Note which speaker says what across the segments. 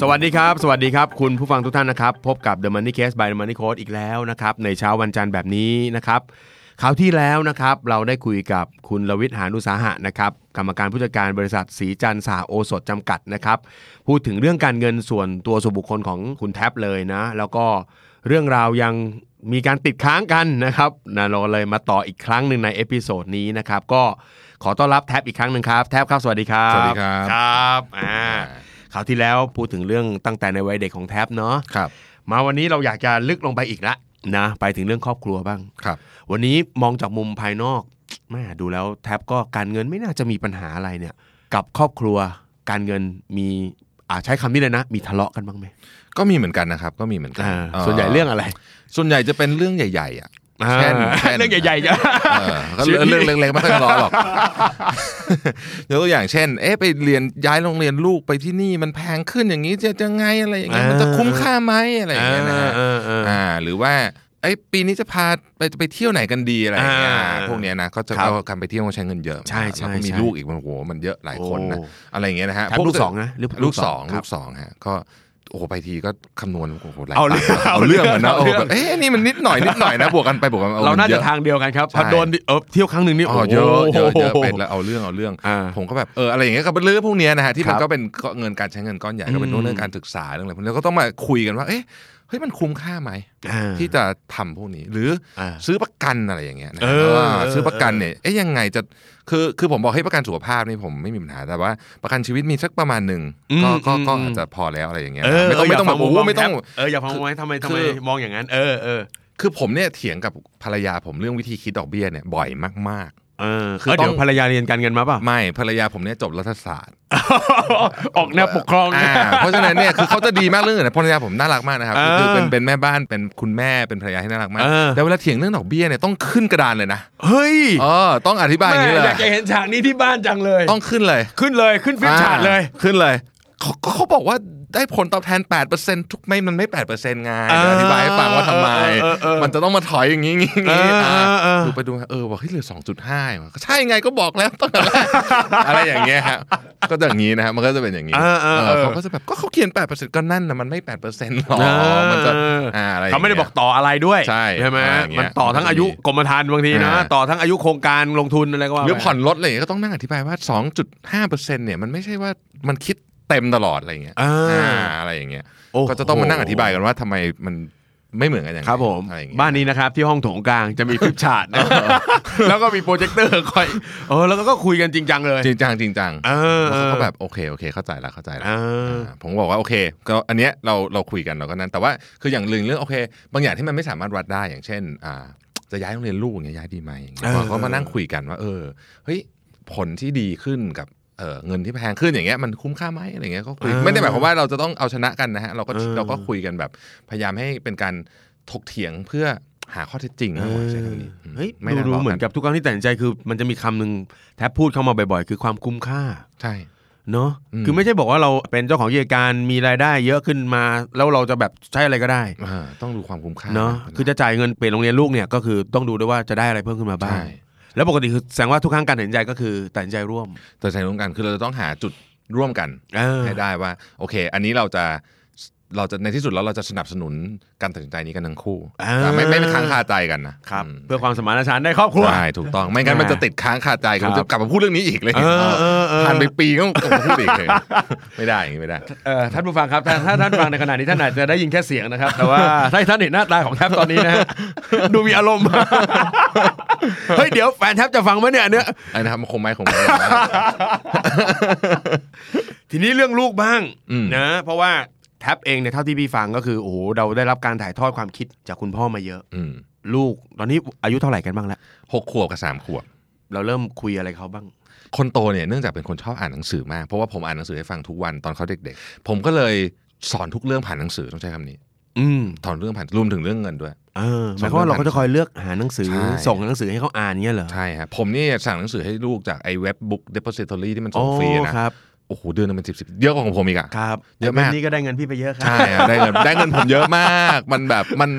Speaker 1: สวัสดีครับ สวัสดีครับ คุณผู้ฟังทุกท่านนะครับ พบกับ The Money Case by The Money Coach อีกแล้วนะครับ ในเช้าวันจันทร์แบบนี้นะครับคราวที่แล้วนะครับ เราได้คุยกับคุณลวิทย์หานุสาหะนะครับ กรรมการผู้จัดการบริษัทสีจันทร์สาโอสถจำกัดนะครับ พูดถึงเรื่องการเงินส่วนตัวส่วนบุคคลของคุณแท็บเลยนะ แล้วก็เรื่องราวยังมีการติดค้างกันนะครับนะเราเลยมาต่ออีกครั้งหนึ่งในเอพิโซดนี้นะครับ ก็ขอต้อนรับแท็บอีกครั้งหนึ่งครับ แท็บครับ สวัสดีครับ
Speaker 2: สวัสดีครับ
Speaker 1: ครับอ่า คราวที่แล้วพูดถึงเรื่องตั้งแต่ในวัยเด็กของแท็บเนาะ
Speaker 2: ครับ
Speaker 1: มาวันนี้เราอยากจะลึกลงไปอีกละนะไปถึงเรื่องครอบครัวบ้าง
Speaker 2: ครับ
Speaker 1: วันนี้มองจากมุมภายนอกแม่ดูแล้วแท็บก็การเงินไม่น่าจะมีปัญหาอะไรเนี่ย กับครอบครัวการเงินมีอ่าใช้คำนี้เลยนะ มีทะเลาะกันบ้างไหม
Speaker 2: ก็มีเหมือนกันนะครับ ก็มีเหมือนกัน
Speaker 1: อ่า
Speaker 2: อ่อ
Speaker 1: ส่วนใหญ่เรื่องอะไร
Speaker 2: ส่วนใหญ่จะเป็นเรื่องใหญ่ๆอ่ะ
Speaker 1: อ่า
Speaker 2: เช่นเช่น
Speaker 1: เรื่องใหญ่ๆเยอะ
Speaker 2: เออก็
Speaker 1: ชีวิตนี้
Speaker 2: เรื่องเล็กๆไม่ ค่อยทะเลาะหรอก ยกตัวอย่างเช่น เอ๊ะไปเรียนย้ายโรงเรียนลูกไปที่นี่มันแพงขึ้นอย่างนี้จะจะไงอะไรอย่างเงี้ยมันจะคุ้มค่าไหมอะไรอย่างเงี้ยนะฮะ
Speaker 1: เออเออเออ
Speaker 2: อ่า หรือว่าไอ้ยปีนี้จะพาไปไปเที่ยวไหนกันดีอะไรอย่างเงี้ย
Speaker 1: อ่า
Speaker 2: พวกเนี้ยนะก็จะ
Speaker 1: ครับ
Speaker 2: เอาการไปเที่ยวมันใช้เงินเยอะ
Speaker 1: ใช่ใช่
Speaker 2: แล้วก็มี
Speaker 1: ใช่
Speaker 2: ลูกอีกมันโหมันเยอะหลายคนนะอะไรอย่างเงี้ยนะฮะ
Speaker 1: แท็บ
Speaker 2: พว
Speaker 1: ลูกสองนะหรือ
Speaker 2: ลูกสอง
Speaker 1: ค
Speaker 2: ลู
Speaker 1: รับ
Speaker 2: กสองฮะก็โอ้โหไปทีก็คำนวณโอ้โหหลาย
Speaker 1: เอา
Speaker 2: ตังค์
Speaker 1: เรื่อง
Speaker 2: เอาเรื่อง
Speaker 1: เอาเรื่อง
Speaker 2: มันนะโอ้โห
Speaker 1: เอาเรื่อง
Speaker 2: แบบเอ๊ะนี่มันนิดหน่อยนิดหน่อยนะบวกกันไปบวกกัน
Speaker 1: เรา
Speaker 2: อมั
Speaker 1: น่าจะ
Speaker 2: ยอะ
Speaker 1: ทางเดียวกันครับ
Speaker 2: ใช่
Speaker 1: พอโดนเออเที่ยวครั้งหนึ่งนี่
Speaker 2: อ๋อเยอะเยอะเยอะเป็น
Speaker 1: โโห
Speaker 2: แล้วเอาเรื่องเอาเรื่อง
Speaker 1: อ่า
Speaker 2: ผมก็แบบเอออะไรอย่างเงี้ยกับเรื่องพวกเนี้ยนะฮะที่มั
Speaker 1: ค
Speaker 2: น
Speaker 1: รับ
Speaker 2: ก็เป็นเงินการใช้เงินก้อนใหญ่ก็เป็น
Speaker 1: อืม
Speaker 2: เรื่องการศึกษาเรื่องอะไรพวกนี้แล้วก็ต้องมาคุยกันว่าเอ๊ะเฮ้ยมันคุ้มค่าไหม
Speaker 1: อ่า
Speaker 2: ที่จะทำพวกนี้ หรือ
Speaker 1: อ่า
Speaker 2: ซื้อประกันอะไรอย่างเงี้ยนะ
Speaker 1: เอ
Speaker 2: ฮะ
Speaker 1: อ
Speaker 2: ว่า
Speaker 1: เออ
Speaker 2: ซื้อประกันเนี่ยเอ๊ะยังไงจะคือคือผมบอกให้ยประกันสุขภาพนี่ผมไม่มีปัญหาแต่ว่า ประกันชีวิตมีสักประมาณหนึ่งก็ก็ก็อาจจะพอแล้วอะไรอย่างเงี้ยนะไม่ต้องไม่ต้องแบบโอ้โหไม่ต้อง
Speaker 1: เอออย่าฟังไว้ทำไมทำไมมองอย่างนั้น เออเออ
Speaker 2: คือผมเนี่ยเถียงกับภรรยาผมเรื่องวิธีคิดดอกเบี้ยเนี่ยบ่อยมาก
Speaker 1: เออ
Speaker 2: คือ
Speaker 1: เดี๋ยว
Speaker 2: ต้อง
Speaker 1: ภรรยาเรียนการเงิน มาป่ะ
Speaker 2: ๆ ไม่ภรรยาผมเนี่ยจบรัฐศาสตร์
Speaker 1: ออกแนวปกครอง
Speaker 2: อ่าเพราะฉะนั้นเนี่ยคือเขาจะดีมากเรื่องอื่นนะภรรยาผมน่ารักมากนะครับ
Speaker 1: เออ
Speaker 2: คือเป็นเป็นแม่บ้านเป็นคุณแม่เป็นภรรยาที่น่ารักมาก
Speaker 1: เออ
Speaker 2: แต่เวลาเถียงเรื่องดอกเบี้ยเนี่ยต้องขึ้นกระดานเลยนะ
Speaker 1: เฮ้ย
Speaker 2: เออต้องอธิบายอย่างนี้เล
Speaker 1: อย ยากจะเห็นฉากนี้ที่บ้านจังเลย
Speaker 2: ต้องขึ้นเลย
Speaker 1: ขึ้นเลยขึ้นฟิชชาร์ดเลย
Speaker 2: อ่าขึ้นเลยเขาเขาบอกว่าได้ผลตอบแทน 8%ทุกไม่มันไม่ 8%ไง
Speaker 1: เออ
Speaker 2: เดี๋ยวอธิบายให้ฟังว่าทำไม
Speaker 1: เออเออเออ
Speaker 2: มันจะต้องมาถอยอย่างนี้อย่างนี้อย่างนี้
Speaker 1: เออเออเออ
Speaker 2: ดูไปดูมาเออบอกเฮ้ยเหลือ 2.5ว่ะก็ใช่ไงก็บอกแล้วตั้งแต่แรก อะไรอย่างเงี้ยครับก็อย่างนี้นะครับมันก็จะเป็นอย่างนี้
Speaker 1: เออเออเออ
Speaker 2: เออเขาก็จะแบบก็เขาเขียน 8%ก็นั่นนะมันไม่ 8%หรอกมันจะอ่าอะไรย่งงี้ย
Speaker 1: เขาไม่ได้บอกต่ออะไรด้วย
Speaker 2: ใช่
Speaker 1: ไหม
Speaker 2: อะไรอย่างเงี้ย
Speaker 1: มันต่อทั้งอายุกรมธรรม์บางทีนะ
Speaker 2: อ่า
Speaker 1: ต่อทั้งอายุโครงการลงทุนอะไรก็ว่า
Speaker 2: หรือ
Speaker 1: ไป
Speaker 2: ผ่อนรถอะไรอย่างเงี้ยก็ต้องนั่งอธิบายว่า 2.5%เนี่ยมันไม่ใช่ว่ามันคิดเต็มตลอดอะไรอย่างเงี้ย
Speaker 1: อ่า
Speaker 2: อ่าอะไรอย่างเงี้ย
Speaker 1: โโห
Speaker 2: ก็จะต้องมานั่งอธิบายกันว่าทำไมมันไม่เหมือนกันอย่างไร
Speaker 1: ครับผม
Speaker 2: อะไรอย่างเงี้ย
Speaker 1: บ้านนี้นะครับที่ห้องโถงกลางจะมีฟิชชาร์ดนะแล้วก็มีโปรเจคเตอร์คอยเออแล้วก็คุยกันจริงจังเลย
Speaker 2: จริงจังจริงจัง
Speaker 1: เออเออ
Speaker 2: แล้วเขาก็แบบโอเคโอเคเข้าใจละเข้าใจละ
Speaker 1: เออ
Speaker 2: าผมก็บอกว่าโอเค ก็อันเนี้ยเราเราคุยกันเราก็นั้น แต่ว่าคืออย่างหนึ่งเรื่องโอเค บางอย่างที่มันไม่สามารถวัดได้อย่างเช่นอ่าจะย้ายโรงเรียนลูกอย่างเงี้ยย้ายดีไหมอย่างเงี้ย
Speaker 1: เออ
Speaker 2: เราก็มานั่งคุยกันว่า เออเฮ้ยผลที่ดีขึ้นกับเออเงินที่แพงขึ้นอย่างเงี้ยมันคุ้มค่าไหมอะไรเงี้ยก็คุยไม่ได้หมายความว่าเราจะต้องเอาชนะกันนะฮะเราก็เราก็คุยกันแบบพยายามให้เป็นการถกเถียงเพื่อหาข้อเท็จจริงมากกว่าใช้คำนี้
Speaker 1: เฮ้ย
Speaker 2: ไม่
Speaker 1: ดู
Speaker 2: ได้
Speaker 1: ดู
Speaker 2: ทะลาะ
Speaker 1: เหมือนกับทุกครั้งที่ตัดสินใจคือมันจะมีคำหนึ่งแทบพูดเข้ามาบ่อยๆ คือความคุ้มค่า
Speaker 2: ใช่
Speaker 1: เนาะ
Speaker 2: อืม
Speaker 1: คือไม่ใช่บอกว่าเราเป็นเจ้าของกิจการมีรายได้เยอะขึ้นมา แล้วเราจะแบบใช้อะไรก็ได้
Speaker 2: อ่าต้องดูความคุ้มค่า
Speaker 1: เนาะคือจะจ่ายเงินเปลี่ยนโรงเรียนลูกเนี่ยก็คือต้องดูด้วยว่าจะได้อะไรเพิ่มขึ้นมาบ้าง
Speaker 2: ใช่
Speaker 1: แล้วปกติคือแสดงว่าทุกครั้งการตัดสินใจก็คือตัดสินใจร่วม
Speaker 2: แต่ใช้ร่วมกันคือเราจะต้องหาจุดร่วมกัน
Speaker 1: เออ
Speaker 2: ให้ได้ว่า โอเค อันนี้เราจะเราจะในที่สุดแล้วเราจะสนับสนุนการตัดสินใจนี้กันทั้งคู่
Speaker 1: อ่า
Speaker 2: แต่ไม่ไม่ไม่ค้างคาใจกันนะครับ อืม
Speaker 1: เพื่อความสมานฉันท์ในครอบครัว
Speaker 2: ใช่ถูกต้องไม่งั้น
Speaker 1: อ่ามั
Speaker 2: มันจะติดค้างคาใจ
Speaker 1: ครั
Speaker 2: กัน
Speaker 1: บ
Speaker 2: จะกลับมาพูดเรื่องนี้อีกเลย
Speaker 1: เออเออเออ
Speaker 2: ผ่านไปปีก็ต้องมาพูดอีก เลยไม่ได้อย่างนี้ไม่ได้
Speaker 1: เออท่านผู้ฟังครับถ้าถ้าท่านฟังในขณะนี้ท่านอาจจะได้ยินแค่เสียงนะครับ แต่ ว่าถ้าท่านเห็นหน้าตาของแทบตอนนี้นะฮ ะดูมีอารมณ์ เฮ้ยเดี๋ยวแฟนแทบจะฟังไหมเนี่ยอันเนี้ย
Speaker 2: อันนี้ครับมันคงไม่คงไม่
Speaker 1: ทีนี้เรื่องลูกบ้าง
Speaker 2: อืม
Speaker 1: นะ เพราะว่าแท็บเองเนี่ยเท่าที่พี่ฟังก็คือโอ้โหเราได้รับการถ่ายทอดความคิดจากคุณพ่อมาเยอะ
Speaker 2: อืม
Speaker 1: ลูกตอนนี้อายุเท่าไหร่กันบ้างแล้ว
Speaker 2: หกขวบกับสามขวบ
Speaker 1: เราเริ่มคุยอะไรเขาบ้าง
Speaker 2: คนโตเนี่ยเนื่องจากเป็นคนชอบอ่านหนังสือมากเพราะว่าผมอ่านหนังสือให้ฟังทุกวันตอนเขาเด็กๆ ผมก็เลยสอนทุกเรื่องผ่านหนังสือต้องใช้คำนี้
Speaker 1: อืม
Speaker 2: ถอนเรื่องผ่านรวมถึงเรื่องเงินด้วย
Speaker 1: เออหมายความว่าเราก็จะคอยเลือกหาหนังสือ
Speaker 2: ใช่
Speaker 1: ส่งหนังสือให้เขาอ่านเงี้ยเหรอ
Speaker 2: ใช่ครับผมนี่สั่งหนังสือให้ลูกจากไอ้เว็บบุ๊กเดป s สิทอรี่ที่มัน
Speaker 1: อ๋
Speaker 2: ส่
Speaker 1: อง
Speaker 2: ฟรีนะครับ โอ้โหเดือนหนึงเป็นสิบสิบเยอะกว่าของผมอีกอะ
Speaker 1: ครับ
Speaker 2: เยอะมาก
Speaker 1: แบบนี้ก็ได้เงินพี่ไปเยอะครั
Speaker 2: ใช่อะได้เงิน ได้เงินผมเยอะมาก มันแบบมัน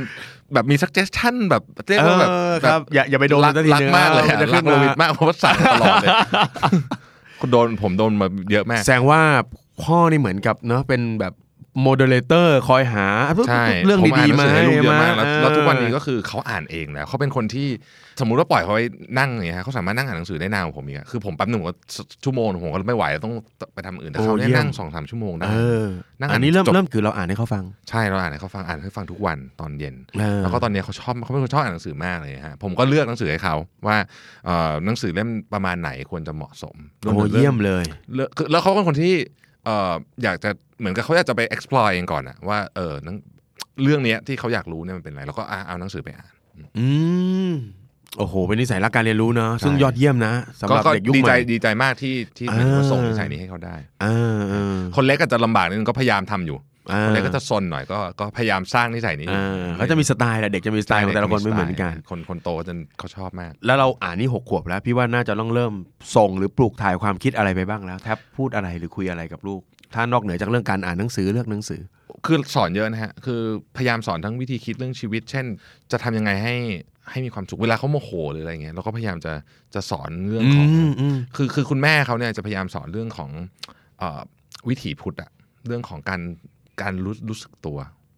Speaker 2: แบบมี suggestion แบบเรียก
Speaker 1: เอ
Speaker 2: ว่า
Speaker 1: อ
Speaker 2: แบบ
Speaker 1: ค
Speaker 2: แบ
Speaker 1: รับ
Speaker 2: บ
Speaker 1: อย่าอย่าไปโดน
Speaker 2: รัก
Speaker 1: สัที
Speaker 2: รัก
Speaker 1: นึง
Speaker 2: มากเลย
Speaker 1: มันจะ
Speaker 2: อะรั
Speaker 1: ขึ้
Speaker 2: ก
Speaker 1: น
Speaker 2: โร
Speaker 1: มา
Speaker 2: วิดมากเพราะว่าสั่งตลอดเลยคุณโดนผมโดนมาเยอะมาก
Speaker 1: แสดงว่าพ่อนี่เหมือนกับเนาะเป็นแบบโมเดเลเตอร์คอยหา
Speaker 2: ใช่
Speaker 1: เรื่อง
Speaker 2: ผอ่าน
Speaker 1: ดี
Speaker 2: ห
Speaker 1: ๆ
Speaker 2: นัง
Speaker 1: มา
Speaker 2: สือให้ลูกเยอะมากแล้ว
Speaker 1: เออ
Speaker 2: แล้วทุกวันนี้ก็คือเขาอ่านเองแล้วเขาเป็นคนที่สมมุติว่าปล่อยเขาไว้นั่งอย่างเงี้ยฮะเขาสามารถนั่งอ่านหนังสือได้นานกว่าผมอีกอะคือผมแป๊บหนึ่งผมก็ชั่วโมงผมก็ไม่ไหวแล้วต้องไปทำอื่นแต่
Speaker 1: โอ้
Speaker 2: เขา
Speaker 1: เยี่ยม
Speaker 2: เนี่ยนั่งสองสามชั่วโมงได้
Speaker 1: เออ
Speaker 2: นั่งอ่าน
Speaker 1: อันนี้เริ่ม
Speaker 2: จบ
Speaker 1: เริ่มคือเราอ่านให้เขาฟัง
Speaker 2: ใช่เราอ่านให้เขาฟังอ่านให้ฟังทุกวันตอนเย็น
Speaker 1: เออ
Speaker 2: แล้วก็ตอนเนี้ยเขาชอบเขาเป็นคนชอบอ่านหนังสือมากเลยฮะผมก็เลือกหนังสือให้เขาว่าเอ่อหนังสือเล่มประมาณไหนควรจะเหมาะสมรวม
Speaker 1: โอ้
Speaker 2: ถึง
Speaker 1: เยี่
Speaker 2: เรื่
Speaker 1: ย
Speaker 2: อง
Speaker 1: มเลย
Speaker 2: เลือกคือแล้วเขาเป็นคนที่เอ่ออยากจะเหมือนกับเขาอยากจะไป explore เองก่อนอะว่าเออหนังเรื่องเนี้ยที่เขาอยากรู้เนี่ยมันเป็นอะไรแล้วก็อ่ะเอาหนังสือไปอ่าน
Speaker 1: อืมโอ้โห เป็นนิสัยรักการเรียนรู้เนาะ
Speaker 2: ใช่
Speaker 1: ซึ่งยอดเยี่ยมนะสำหรับ
Speaker 2: ก็
Speaker 1: เด็กยุค
Speaker 2: ดี
Speaker 1: ให
Speaker 2: ใจ
Speaker 1: ม่
Speaker 2: ดีใจมากที่ที่
Speaker 1: เออ
Speaker 2: เหมือนว่าส่งนิสัยนี้ให้เขาได้
Speaker 1: เออเออ
Speaker 2: คนเล็กอาจจะลำบากนิดนึงก็พยายามทำอยู่
Speaker 1: เอ
Speaker 2: ค
Speaker 1: อน
Speaker 2: เล็กก็จะซนหน่อยก็ก็พยายามสร้างนิสัยนี้
Speaker 1: เออเขาจะมีสไตล์แหละเด็กจะมีสไตล์ของแต่ละคนไม่เหมือนกัน
Speaker 2: คนคนโตจะเขาชอบมาก
Speaker 1: แล้วเราอ่านนี่หกขวบแล้ว พี่ว่าน่าจะต้องเริ่มส่งหรือปลูกถ่ายความคิดอะไรไปบ้างแล้วแทบพูดอะไรหรือคุยอะไรกับลูก ถ้านอกเหนือจากเรื่องการอ่านหนังสือเลือกหนังสือ
Speaker 2: คือสอนเยอะนะฮะ คือพยายามสอนทั้งวิธีคิดเรื่องชีวิต เช่น จะทำยังไงให้ให้มีความสุข เวลาเขาโมโหหรืออะไรเงี้ย เราก็พยายามจะจะสอนเรื่อง
Speaker 1: อื
Speaker 2: ของ
Speaker 1: มอืม
Speaker 2: คือคือคุณแม่เขาเนี่ยจะพยายามสอนเรื่องของเออวิถีพุทธอะเรื่องของการการรู้รู้สึกตัว